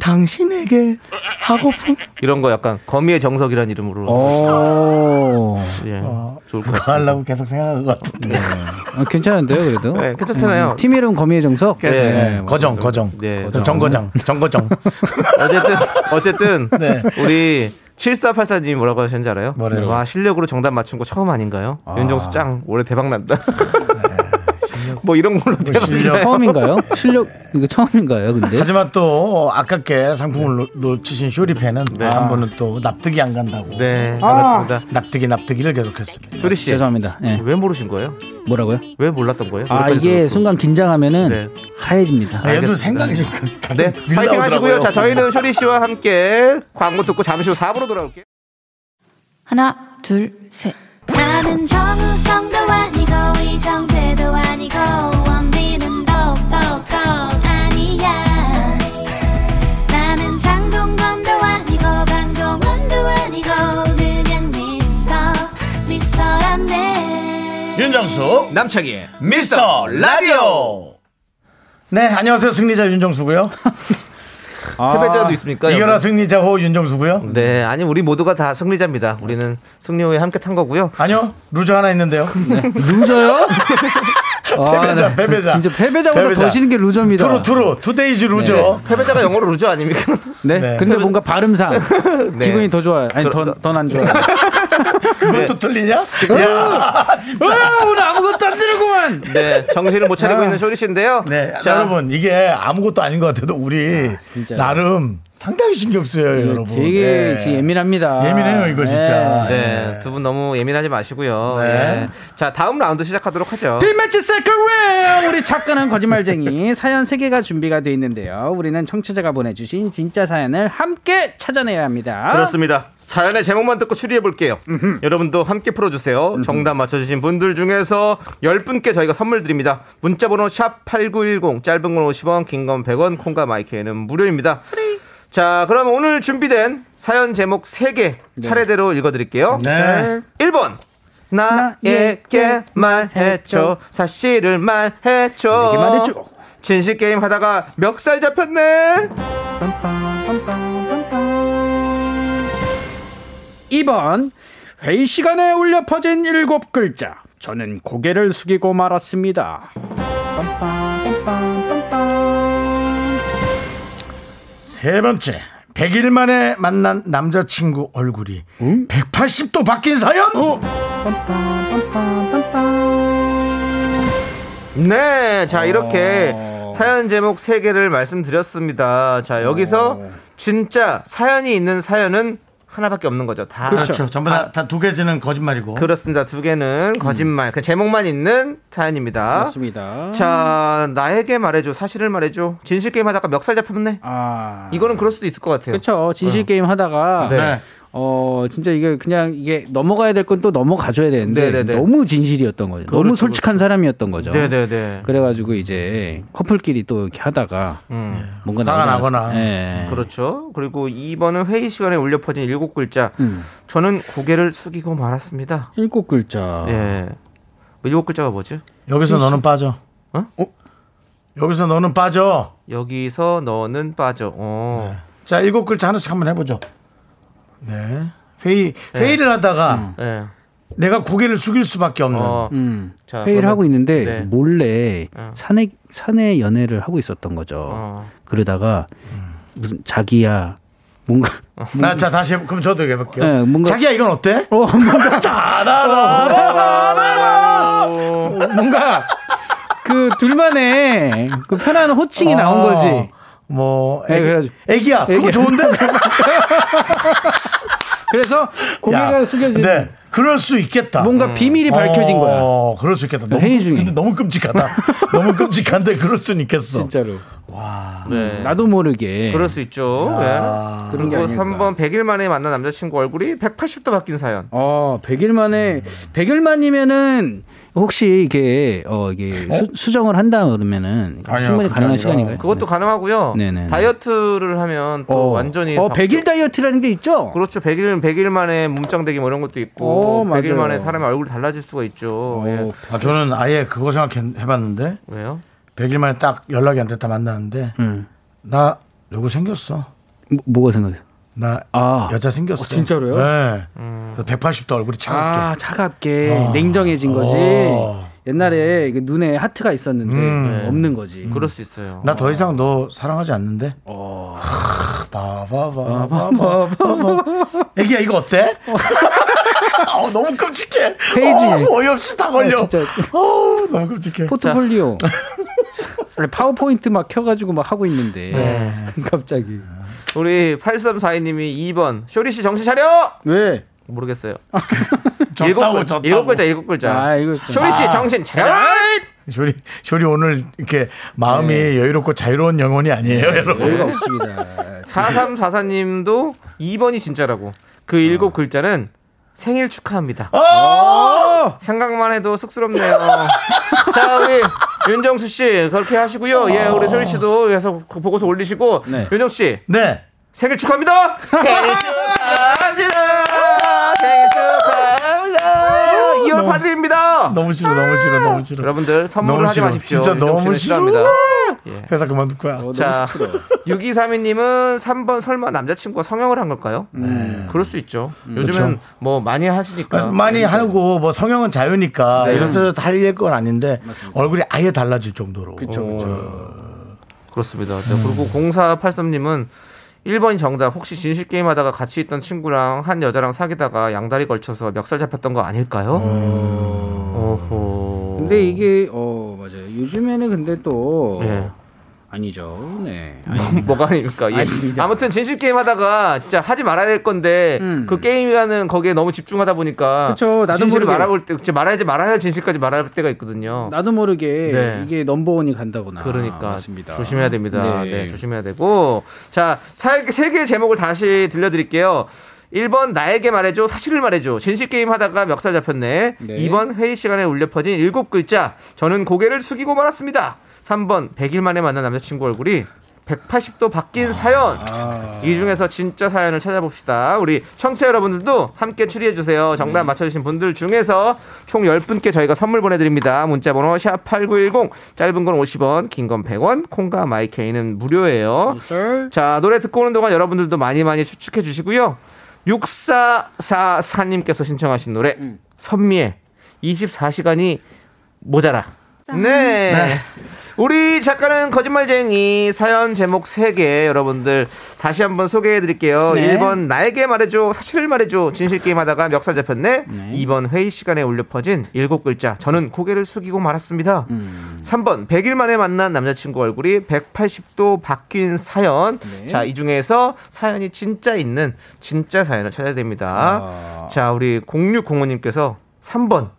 당신에게 하고픈
이런 거 약간 거미의 정석이라는 이름으로
어.
예, 좋을
그거
것 같습니다.
하려고 계속 생각한 것 같은데
아, 괜찮은데요 그래도.
네, 괜찮잖아요.
음, 팀 이름 거미의 정석.
네.
거정 거정
네.
그래서 정거장 정거정
어쨌든 어쨌든
네.
우리 7484님이 뭐라고 하셨는지 알아요?
뭐래요?
와 실력으로 정답 맞춘 거 처음 아닌가요? 윤정수 짱 올해 대박 난다. 뭐 이런 걸로 대박
실력.
나요.
네. 처음인가요? 실력 이거 처음인가요? 근데
하지만 또 아깝게 상품을 놓- 놓치신 쇼리팬은 한 분은 또 납득이 안 간다고
네 그렇습니다.
납득이 납득이를 계속했습니다
조리 씨.
죄송합니다. 예.
음.
왜 모르신 거예요?
뭐라고요?
왜 몰랐던 거예요?
아
노래까지
이게
들었고.
순간 긴장하면은
네.
하얘집니다.
아, 얘도
알겠습니다.
생각이 좀
네, 파이팅 하시고요. 자, 저희는 쇼리 씨와 함께 광고 듣고 잠시 후 4부로 돌아올게요.
하나, 둘, 셋.
나는 정우성도 아니고 이정재도 아니고 원빈은 더욱더 아니야 나는 장동건도 아니고 강동원도 아니고 그냥 미스터 미스터란데
윤정수 남창희 미스터 라디오.
네 안녕하세요 승리자 윤정수고요
패배자도 있습니까?
아, 이겨라
여러분?
승리자 호 윤정수고요
네, 아니 우리 모두가 다 승리자입니다. 우리는 승리호에 함께 탄 거고요.
아니요 루저 하나 있는데요
루저요?
패배자, 패배자.
아, 네. 진짜 패배자보다
패배자.
더 쉬는 게 루저입니다.
트루 트루 투데이즈 루저
패배자가 영어로 루저 아닙니까?
네.
네.
근데 뭔가 발음상 기분이 더 좋아요. 아니 더더안 좋아요.
그것도 틀리냐 야 진짜
아, 오늘 아무것도 안 들었구만.
네, 정신을 못 차리고
아.
있는 쇼리 씨인데요.
네
자,
여러분 이게 아무것도 아닌 것 같아도 우리
진짜요.
나름 상당히 신경 쓰여요 여러분
되게
네.
예민합니다.
예민해요 이거 진짜
아, 네, 두 분 너무 예민하지 마시고요.
네.
예. 자, 다음 라운드 시작하도록 하죠.
빅매치 세컨 웨어 우리 작가는 거짓말쟁이 사연 3개가 준비가 돼 있는데요. 우리는 청취자가 보내주신 진짜 사연을 함께 찾아내야 합니다.
그렇습니다. 사연의 제목만 듣고 추리해 볼게요. 여러분도 함께 풀어주세요. 정답 맞춰주신 분들 중에서 10분께 저희가 선물 드립니다. 문자번호 샵8910, 짧은 건 50원, 긴 건 100원, 콩과 마이크에는 무료입니다. 자, 그럼 오늘 준비된 사연 제목 3개 차례대로 읽어드릴게요.
네.
1번. 나에게 말해줘. 사실을 말해줘.
내게 말해줘.
진실 게임 하다가 멱살 잡혔네.
2번 회의 시간에 울려 퍼진 일곱 글자 저는 고개를 숙이고 말았습니다
3 번째 100일 만에 만난 남자친구 얼굴이 180도 바뀐 사연
어,
네, 자 이렇게 사연 제목 세개를 말씀드렸습니다. 자 여기서 진짜 사연이 있는 사연은 하나밖에 없는 거죠. 다
그렇죠 전부
아.
다두 개지는 거짓말이고
그렇습니다. 두 개는 거짓말. 그 제목만 있는 사연입니다.
맞습니다
자 나에게 말해줘 사실을 말해줘 진실 게임 하다가 멱살 잡혔네.
아
이거는 그럴 수도 있을 것 같아요.
그렇죠 진실 게임 하다가
네.
어 진짜 이게 그냥 이게 넘어가야 될 건 또 넘어가줘야 되는데
네네네.
너무 진실이었던 거죠 너무 솔직한 사람이었던 거죠
네네네.
그래가지고 이제 커플끼리 또 이렇게 하다가 뭔가
화가
나고
나거나.
나서- 예.
음. 그렇죠. 그리고 2번은 회의 시간에 울려 퍼진 일곱 글자. 저는 고개를 숙이고 말았습니다.
일곱 글자
예. 일곱 글자가 뭐죠?
여기서 너는 빠져
어?
여기서 너는 빠져
여기서 너는 빠져. 어.
자 일곱 글자 하나씩 한번 해보죠. 네 회의 회의를 하다가
네.
내가 고개를 숙일 수밖에 없는.
어.
음.
자,
회의를
그러면-
하고 있는데
네.
어. 몰래 사내 사내 연애를 하고 있었던 거죠.
어.
그러다가 무슨 자기야 뭔가
나, 자, 다시, 해볼- 그럼 저도 얘기해볼게요.
네, 뭔가-
자기야, 이건 어때?
어 뭔가
따라라라라라.
뭔가 그 둘만의 그 편한 호칭이 나온 거지.
어. 뭐,
네,
애기,
그래가지고.
애기야, 그거
애기야.
좋은데?
그래서 고개가
야,
숙여진
네, 그럴 수 있겠다. 음.
뭔가 비밀이 밝혀진 거야.
어, 그럴 수 있겠다. 너무,
회의 중에.
근데 너무 끔찍하다. 너무 끔찍한데 그럴 수는 있겠어.
진짜로.
네.
나도 모르게.
그럴 수 있죠. 예.
그런 게
그리고
아닐까.
3번 100일 만에 만난 남자친구 얼굴이 180도 바뀐 사연.
어, 100일 만에 100일 만이면은 혹시 이게 어 이게 수, 정을 한다 그러면은
아니요,
충분히
그게
가능한
아니라
시간인가요?
그것도 가능하고요.
네네.
다이어트를 하면 또
네. 어.
완전히
어,
바뀌-
100일 다이어트라는 게 있죠.
그렇죠. 100일 100일 만에 몸짱되기 뭐 이런 것도 있고
어,
100일
맞아요.
만에 사람의 얼굴이 달라질 수가 있죠. 예.
어,
아, 저는 아예 그거 생각해봤는데,
왜요?
100일 만에 딱 연락이 안 됐다 만났는데,
음.
나 요거 생겼어.
뭐- 뭐가 생각해?
나
아.
여자 생겼어.
어, 진짜로요? 음.
네. 180도 얼굴이 차갑게.
아, 차갑게 냉정해진 거지.
어.
옛날에 그 눈에 하트가 있었는데 네. 없는 거지.
음. 그럴 수 있어요.
나 더 이상 너 사랑하지 않는데.
어.
하, 바바바바바바바. 애기야 이거 어때? 어, 너무 끔찍해.
페이지.
어, 어이없이 다 걸려.
어, 진짜.
어우, 너무 끔찍해.
포트폴리오. 원래 파워포인트 막 켜가지고 막 하고 있는데
네.
갑자기
우리 8342님이 2번 쇼리 씨 정신 차려.
왜?
모르겠어요. 일곱
적다고
글-
적다고. 아.
일곱 글자 아, 일곱 글자.
아, 이거 좀-
쇼리 씨 정신 차려.
쇼리 쇼리 오늘 이렇게 마음이
네.
여유롭고 자유로운 영혼이 아니에요, 여러분.
여유가 없습니다.
4344님도 2번이 진짜라고. 그 일곱
어.
글자는 생일 축하합니다. 어. 생각만 해도 쑥스럽네요. 자, 우리 윤정수 씨 그렇게 하시고요. 예,
어.
우리 소리 씨도 그래서 그 보고서 올리시고
네.
윤정수 씨
네.
생일 축하합니다. 생일 축하합니다. 생일 축하합니다. 2월 8일입니다.
너무 싫어, 너무 싫어, 너무 싫어.
여러분들 선물을
너무
하지
싫어.
마십시오.
진짜
윤정수
너무
씨는
싫어.
싫어합니다. 예.
회사 그만둘 거야.
자, 6232님은 3번 설마 남자친구가 성형을 한 걸까요?
음.
음, 그럴 수 있죠. 요즘은 뭐 많이 네, 하시니까.
그렇죠. 아, 많이 하고 뭐 성형은 자유니까
네.
이렇듯 할건 아닌데 얼굴이 아예 달라질 정도로. 어,
그렇습니다. 자,
음.
그리고 0483님은 1번이 정답. 혹시 진실 게임 하다가 같이 있던 친구랑 한 여자랑 사귀다가 양다리 걸쳐서 멱살 잡혔던 거 아닐까요?
음.
어허.
근데 이게 어 맞아요. 요즘에는 근데 또
어.
예.
아니죠. 네.
뭐가 아닙니까? 예.
아닙니다.
아무튼 진실 게임 하다가 진짜 하지 말아야 될 건데
음.
그 게임이라는 거기에 너무 집중하다 보니까
그쵸, 나도
진실을
모르게.
말하고 때 진짜 말아야지 말아야 할 진실까지 말할 때가 있거든요.
나도 모르게
네.
이게 넘버원이 간다거나
그러니까
아, 맞습니다.
조심해야 됩니다.
네.
네, 조심해야 되고 자세 개의 제목을 다시 들려드릴게요. 1번 나에게 말해줘 사실을 말해줘 진실 게임 하다가 멱살 잡혔네.
네.
2번 회의 시간에 울려 퍼진 일곱 글자 저는 고개를 숙이고 말았습니다. 3번 100일 만에 만난 남자친구 얼굴이 180도 바뀐 사연 이 중에서 진짜 사연을 찾아봅시다 우리 청취자 여러분들도 함께 추리해주세요 정답 맞춰주신 분들 중에서 총 10분께 저희가 선물 보내드립니다 문자번호 샵8910 짧은 건 50원 긴 건 100원 콩과 마이케이는 무료예요 네. 자 노래 듣고 오는 동안 여러분들도 많이 많이 추측해 주시고요 6444님께서 신청하신 노래 선미의 24시간이 모자라 네. 우리 작가는 거짓말쟁이 사연 제목 3개 여러분들 다시 한번 소개해 드릴게요. 1번 나에게 말해줘 사실을 말해줘 진실 게임 하다가 멱살 잡혔네. 2번 회의 시간에 울려 퍼진 일곱 글자 저는 고개를 숙이고 말았습니다.
음.
3번 100일 만에 만난 남자친구 얼굴이 180도 바뀐 사연.
네.
자, 이 중에서 사연이 진짜 있는 진짜 사연을 찾아야 됩니다. 자, 우리 0605님께서 3번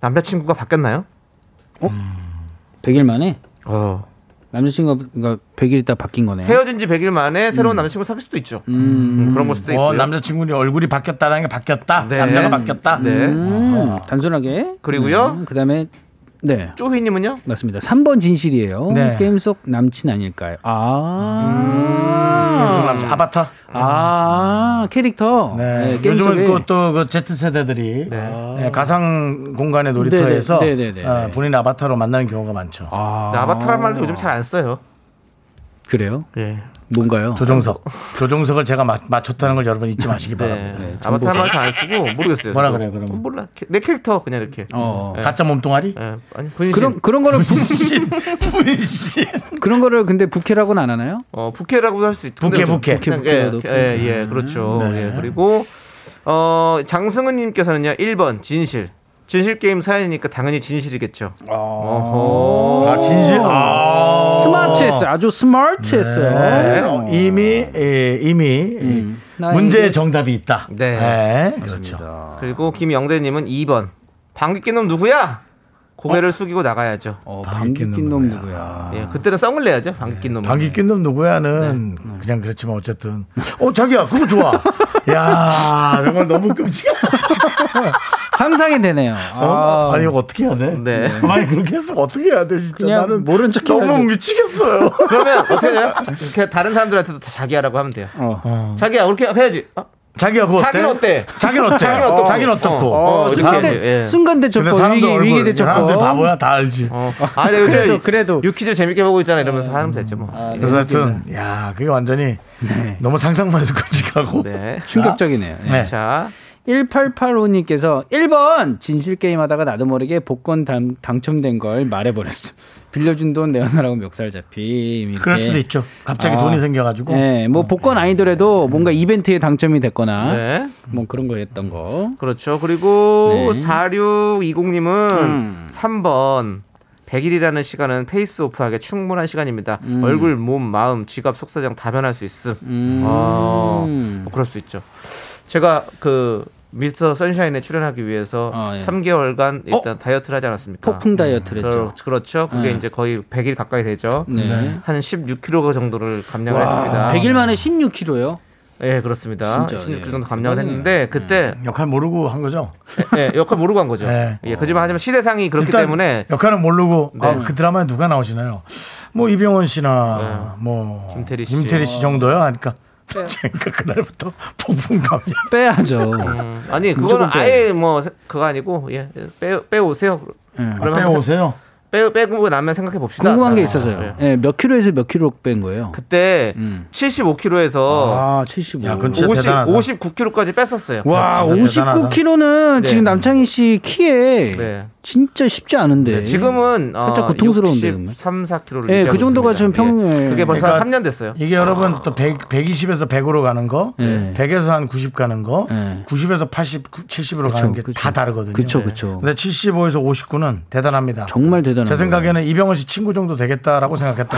남자친구가 바뀌었나요?
100일 만에
어.
남자친구가 100일 있다 바뀐 거네요.
헤어진 지 100일 만에 새로운 남자친구 사귈 수도 있죠. 음, 그런 걸 수도 있고요.
어, 남자친구의 얼굴이 바뀌었다는 게 바뀌었다.
네.
남자가 바뀌었다.
네.
음, 단순하게
그리고요?
음, 그다음에 네.
쪼휘 님은요?
맞습니다. 3번 진실이에요.
네.
게임 속 남친 아닐까요? 아.
김성 남자 아바타.
아, 캐릭터.
음. 네.
게임 속에. 아.
요즘은 그또그 Z 세대들이 어, 네, 가상 공간의 놀이터에서
네, 아, 네, 네, 네, 네.
어, 본인 아바타로 만나는 경우가 많죠.
나 아바타란 말도 요즘 잘 안 써요.
그래요?
예.
뭔가요?
조종석. 조종석을 제가 맞, 맞췄다는 걸 여러분
네,
잊지 마시기 바랍니다.
아바타 맛이 안 쓰고 모르겠어요.
네. 뭐라
저도.
그래요, 그러면?
몰라. 캐- 내 캐릭터 그냥 이렇게.
어.
예.
가짜 몸뚱아리?
예. 아니 분신.
그런 그런 거를 부,
분신.
그런 거를 근데 부캐라고는 안 하나요?
어 부캐라고도 할 수 있죠.
부캐,
근데
부캐.
그냥-
부캐,
예,
부캐라도.
예, 예, 그렇죠. 예, 그리고 어 장승은 님께서는요. 1번 진실. 진실 게임 사연이니까 당연히 진실이겠죠. 어허.
아, 진실. 아.
스마트했어요. 아주
네,
스마트했어요. 음.
어, 이미 예, 이미 예,
나에게-
문제의 정답이 있다.
네.
네, 그렇죠.
그리고 김영대 님은 2번. 방귀 낀 놈 누구야? 고개를 숙이고 나가야죠.
어,
방귀
방귀
뀌는
낀놈
거야.
누구야?
예, 그때는 썽을 내야죠. 방귀 낀 놈.
네.
방귀 낀놈 누구야는 그냥 그렇지만 어쨌든 어 자기야 그거 좋아. 야 정말 너무 끔찍해.
상상이 되네요.
어?
아,
아니 이거 어떻게 해야 돼?
네.
만약 그렇게 했으면 어떻게 해야 돼 진짜
그냥
나는
모른 척 해야
너무
돼.
미치겠어요.
그러면 어떻게 돼요? 이렇게 다른 사람들한테도 다 자기야라고 하면 돼요.
어.
자기야, 그렇게 해야지. 어?
자기야 그거 어때?
자기는 어때?
자기는 어때?
자기는 어떻고?
자기는 어떻고?
어, 이렇게
순간,
해야지. 예.
대, 순간
근데
대처법
사람들
위기 위기
얼굴
대처법.
사람들 바보야 다 뭐- 알지.
어. 아, 근데 요즘
그래도, 그래도.
유퀴즈 재밌게 보고 있잖아 이러면서 하면 되죠 뭐.
그래서 하여튼 야 그게 완전히
네.
너무 상상만 해도 끔찍하고.
네.
충격적이네요. 예.
네.
자,
1885님께서 1번 진실 게임 하다가 나도 모르게 복권 당, 당첨된 걸 말해버렸어. 빌려준 돈 내어놔라고 멱살 잡힘. 이렇게.
그럴 수도 있죠. 갑자기
아.
돈이 생겨가지고.
예, 뭐 복권 아니더라도 뭔가 이벤트에 당첨이 됐거나
네.
뭐 그런 거였던 거.
그렇죠. 그리고
네.
4620님은
음.
3번 100일이라는 시간은 페이스 오프하게 충분한 시간입니다. 얼굴, 몸, 마음, 지갑, 속사정 다 변할 수 있음.
음.
어, 뭐 그럴 수 있죠. 제가 그 미스터 선샤인에 출연하기 위해서
아, 예.
3개월간 일단 다이어트를 하지 않았습니까?
폭풍 다이어트를 했죠.
네. 그렇- 그렇죠. 그게
네.
이제 거의 100일 가까이 되죠.
네.
한 16kg 정도를 감량을 했습니다.
100일 만에 16kg요.
예, 그렇습니다.
진짜,
16kg
예. 음.
정도 감량을 했는데 그때
역할 모르고 한 거죠.
예, 역할 모르고 한 거죠.
네.
예, 그지만 하지만 시대상이 그렇기 때문에
역할은 모르고
네.
아, 그 드라마에 누가 나오시나요? 뭐 이병헌 씨나
네.
뭐
김태리 씨.
정도요. 하니까 그러니까 그날부터 폭풍 감량.
빼야죠.
음, 아니 그거는 아예 뭐 세- 그거 아니고 예, 빼 빼오세요.
예.
그러면
빼오세요.
빼 빼고 나면 생각해 봅시다.
궁금한 게
아,
있어서요.
예.
예, 몇 킬로에서 몇 킬로 뺀 거예요?
그때
음.
75kg에서
아, 75.
야, 그건 진짜
50
대단하다.
59kg까지 뺐었어요.
와,
진짜 대단하다.
59kg는
네.
지금 남창희 씨 키에
네.
진짜 쉽지 않은데.
네, 지금은 어,
예. 살짝 고통스러운데, 정말.
63, 4kg를 예.
예, 그 정도가 지금 평-
그게 벌써
그러니까-
한 3년 됐어요.
이게 여러분 또 100, 120에서 100으로 가는 거,
네.
100에서 한 90 가는 거,
네.
90에서 80, 70으로 가는 게
그쵸.
다 다르거든요. 네.
그쵸, 그쵸.
근데 75에서 59는 대단합니다.
정말 대단한
제
거예요.
생각에는 이병헌 씨 친구 정도 되겠다라고
아,
생각했다.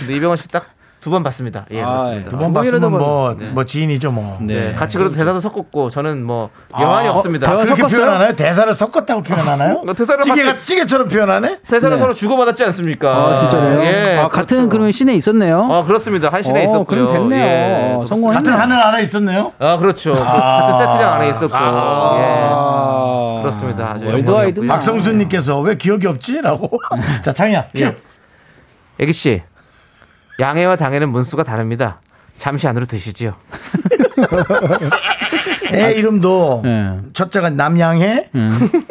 근데 이병헌 씨 딱 두 번 봤습니다. 예,
아,
그렇습니다.
예.
두 번
오히려 더
봤으면 뭐, 뭐 지인이죠 뭐.
네,
네. 아, 어,
같이 그래도 대사도 섞었고 저는 뭐 여한이 없습니다.
대화
그렇게
섞었어요?
표현하나요? 대사를 섞었다고 표현하나요?
어, 대사를
찌개가
같이-
찌개처럼 표현하네?
세 사람
네.
서로 주고받았지 않습니까?
아, 진짜요?
예,
아, 같은 그런 씬에 있었네요.
아 그렇습니다. 한 시내
어,
있었고요.
그럼 됐네요. 어,
예, 그렇습니다.
성공했네요.
같은 하늘 안에 있었네요?
아 그렇죠. 같은 세트장 안에 있었고.
아.
예. 그렇습니다. 아주
월드와이드
영광이었고요.
막-
박성수님께서 왜 기억이 없지? 라고. 자, 창희야.
예. 애기 씨, 양해와 당해는 문수가 다릅니다. 잠시 안으로 드시지요.
애 이름도
아, 예.
첫째가 남양해,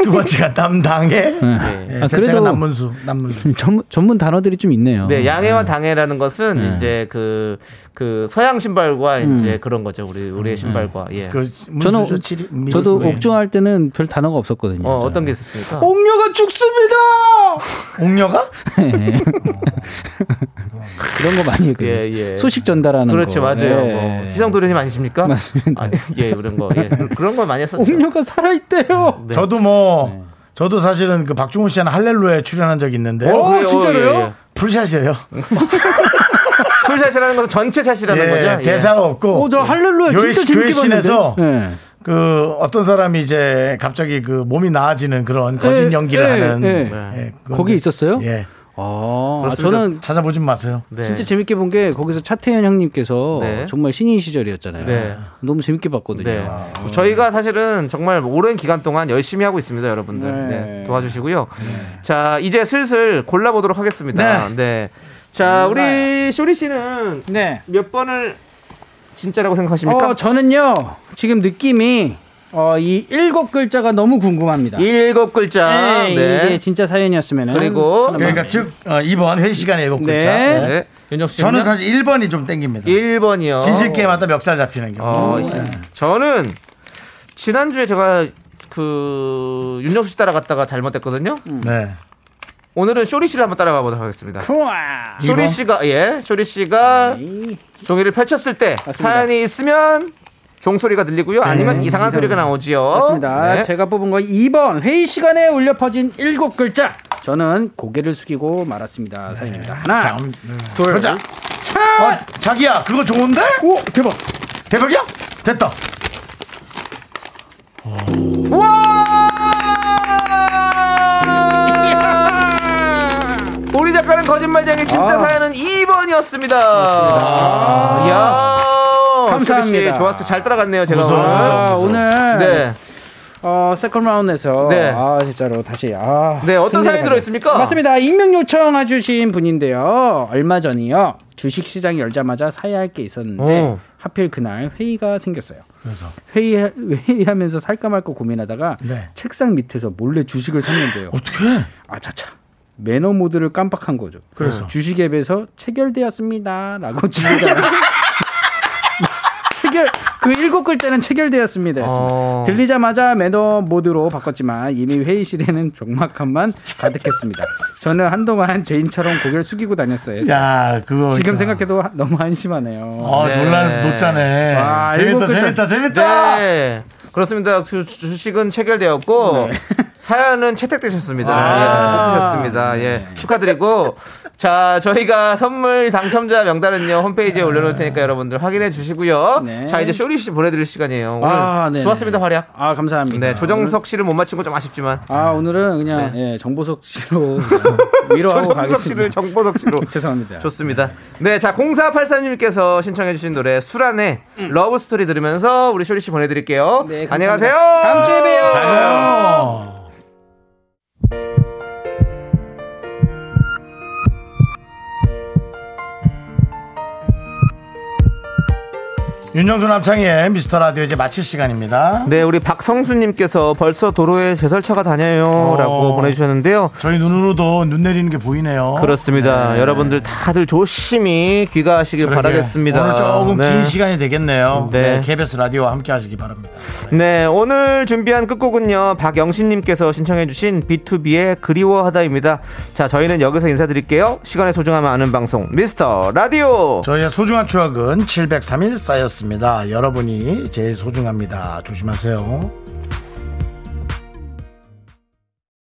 두 번째가 남당해,
네.
예,
아,
셋째가
그래도- 예.
남문수, 남문수.
전문, 전문 단어들이 좀 있네요.
네, 양해와 당해라는 것은
네.
이제 그, 그 서양 신발과
음.
이제 그런 거죠. 우리, 우리의 신발과. 예.
그렇죠.
그
저는
문수죠, 칠이- 미-
저도
네.
옥중할 때는 별 단어가 없었거든요.
어, 어떤 게 있었습니까?
옥녀가 죽습니다.
옥녀가?
이런 거 많이 했거든요.
예, 예.
소식 전달하는
그렇죠,
거.
맞아요.
예.
뭐, 희성도련님 아니십니까?
맞습니다.
아니, 예, 그런 거. 예. 그런 걸 많이 했었죠.
어, 옥녀가 살아있대요.
네.
저도 뭐, 저도 사실은 그 박중훈 씨는 할렐루야에 출연한 적이 있는데,
어, 그래요?
진짜로요?
예, 예.
풀샷이에요.
풀샷이라는 것은 전체 샷이라는
예,
거죠. 예.
대사가 없고.
어, 저 할렐루야
교회
진짜
시-
재밌게
교회신에서
봤는데. 예.
그 어떤 사람이 이제 갑자기 그 몸이 나아지는 그런 거짓
예,
연기를
예,
하는
예.
예, 그거
거기
이제-
있었어요?
예.
아,
그렇습니다.
저는
찾아보진 마세요.
네.
진짜 재밌게 본 게 거기서 차태현 형님께서
네.
정말 신인 시절이었잖아요.
네.
너무 재밌게 봤거든요.
네. 저희가 사실은 정말 오랜 기간 동안 열심히 하고 있습니다, 여러분들.
네.
네, 도와주시고요. 자, 이제 슬슬 골라보도록 하겠습니다. 네.
음,
자, 우리 쇼리 씨는
네.
몇 번을 진짜라고 생각하십니까?
어, 저는요, 지금 느낌이, 어, 이 일곱 글자가 너무 궁금합니다.
일곱 글자.
네,
네.
이게 진짜 사연이었으면.
그리고
음,
그러니까 즉 어, 이번 회의 시간에 일곱
네.
글자. 네.
네.
윤정 씨는요?
저는 사실 1번이 좀 땡깁니다.
1번이요.
진실게임하다 멱살 잡히는 경우.
어,
음, 네.
저는 지난주에 제가 그 윤정수 씨 따라갔다가 잘못됐거든요.
네.
오늘은 쇼리 씨를 한번 따라가 보도록 하겠습니다.
좋아.
쇼리 씨가 예, 쇼리 씨가
네.
종이를 펼쳤을 때 사연이 있으면 종소리가 들리고요. 아니면 이상한 소리가 나오지요.
네. 맞습니다.
네.
제가 뽑은 건 2번 회의 시간에 울려 퍼진 일곱 글자. 저는 고개를 숙이고 말았습니다. 사연입니다. 하나, 둘,
그러자.
셋.
어, 자기야, 그거 좋은데?
오 대박.
대박이야? 됐다.
우리 작가는 거짓말쟁이 진짜
예. 아.
사연은 2번이었습니다. 아. 이야.
감사합니다.
쇼리 씨 좋았어. 잘 따라갔네요. 제가
무서워,
오늘.
아,
무서워.
오늘
네.
어 세컨 라운드에서
네.
아 진짜로 다시 아
네, 어떤
승리를
사연이
받네요.
들어있습니까?
맞습니다 익명 요청해 주신 분인데요 얼마 전이요 주식시장이 열자마자 사야 할 게 있었는데
어.
하필 그날 회의가 생겼어요 회의 회의하면서 살까 말까 고민하다가
네.
책상 밑에서 몰래 주식을 샀는데요
어떻게?
아차차 매너 모드를 깜빡한 거죠
그래서?
주식 앱에서 체결되었습니다라고 주가 체결 그 일곱 글자는 체결되었습니다. 했습니다.
어.
들리자마자 매너 모드로 바꿨지만 이미 회의실에는 적막함만 가득했습니다. 저는 한동안 죄인처럼 고개를 숙이고 다녔어요.
야,
그러니까.
그거.
지금
있다.
생각해도 하- 너무 한심하네요.
아,
네.
논란 놓자네.
와,
재밌다,
일곱 글자.
재밌다, 재밌다.
네. 그렇습니다. 주, 식은 체결되었고
네.
사연은 채택되셨습니다.
아.
예, 채택되셨습니다. 예.
네.
축하드리고 자, 저희가 선물 당첨자 명단은요. 홈페이지에 올려 놓을 테니까 여러분들 확인해 주시고요.
아. 네.
자, 이제 쇼리 씨 보내 드릴 시간이에요. 오늘
아, 네네.
좋았습니다. 활약.
아 감사합니다.
네, 조정석 씨를 못 맞힌 건 좀 아쉽지만
아 오늘은 그냥 예, 정보석 씨로 위로하고
네. 조정석 씨를
가겠습니다.
정보석 씨로
죄송합니다.
좋습니다. 네, 자 0483님께서 신청해주신 노래 수란의 러브 스토리 들으면서 우리 쇼리 씨 보내드릴게요.
음. 네, 감사합니다.
안녕하세요.
다음 주에 봬요. 잘
윤정수 남창희의 미스터 라디오 이제 마칠 시간입니다.
네, 우리 박성수님께서 벌써 도로에 제설차가 다녀요라고
어.
보내주셨는데요.
저희 눈으로도 눈 내리는 게 보이네요.
그렇습니다. 여러분들 다들 조심히 귀가하시길
그러게.
바라겠습니다.
오늘 조금
네.
긴 시간이 되겠네요.
네.
네. KBS 라디오와 함께 하시기 바랍니다.
네, 오늘 준비한 끝곡은요, 박영신님께서 신청해주신 B2B의 그리워하다입니다. 자, 저희는 여기서 인사드릴게요. 시간의 소중함을 아는 방송, 미스터 라디오!
저희의 소중한 추억은 703일 쌓였습니다. 여러분이 제일 소중합니다. 조심하세요.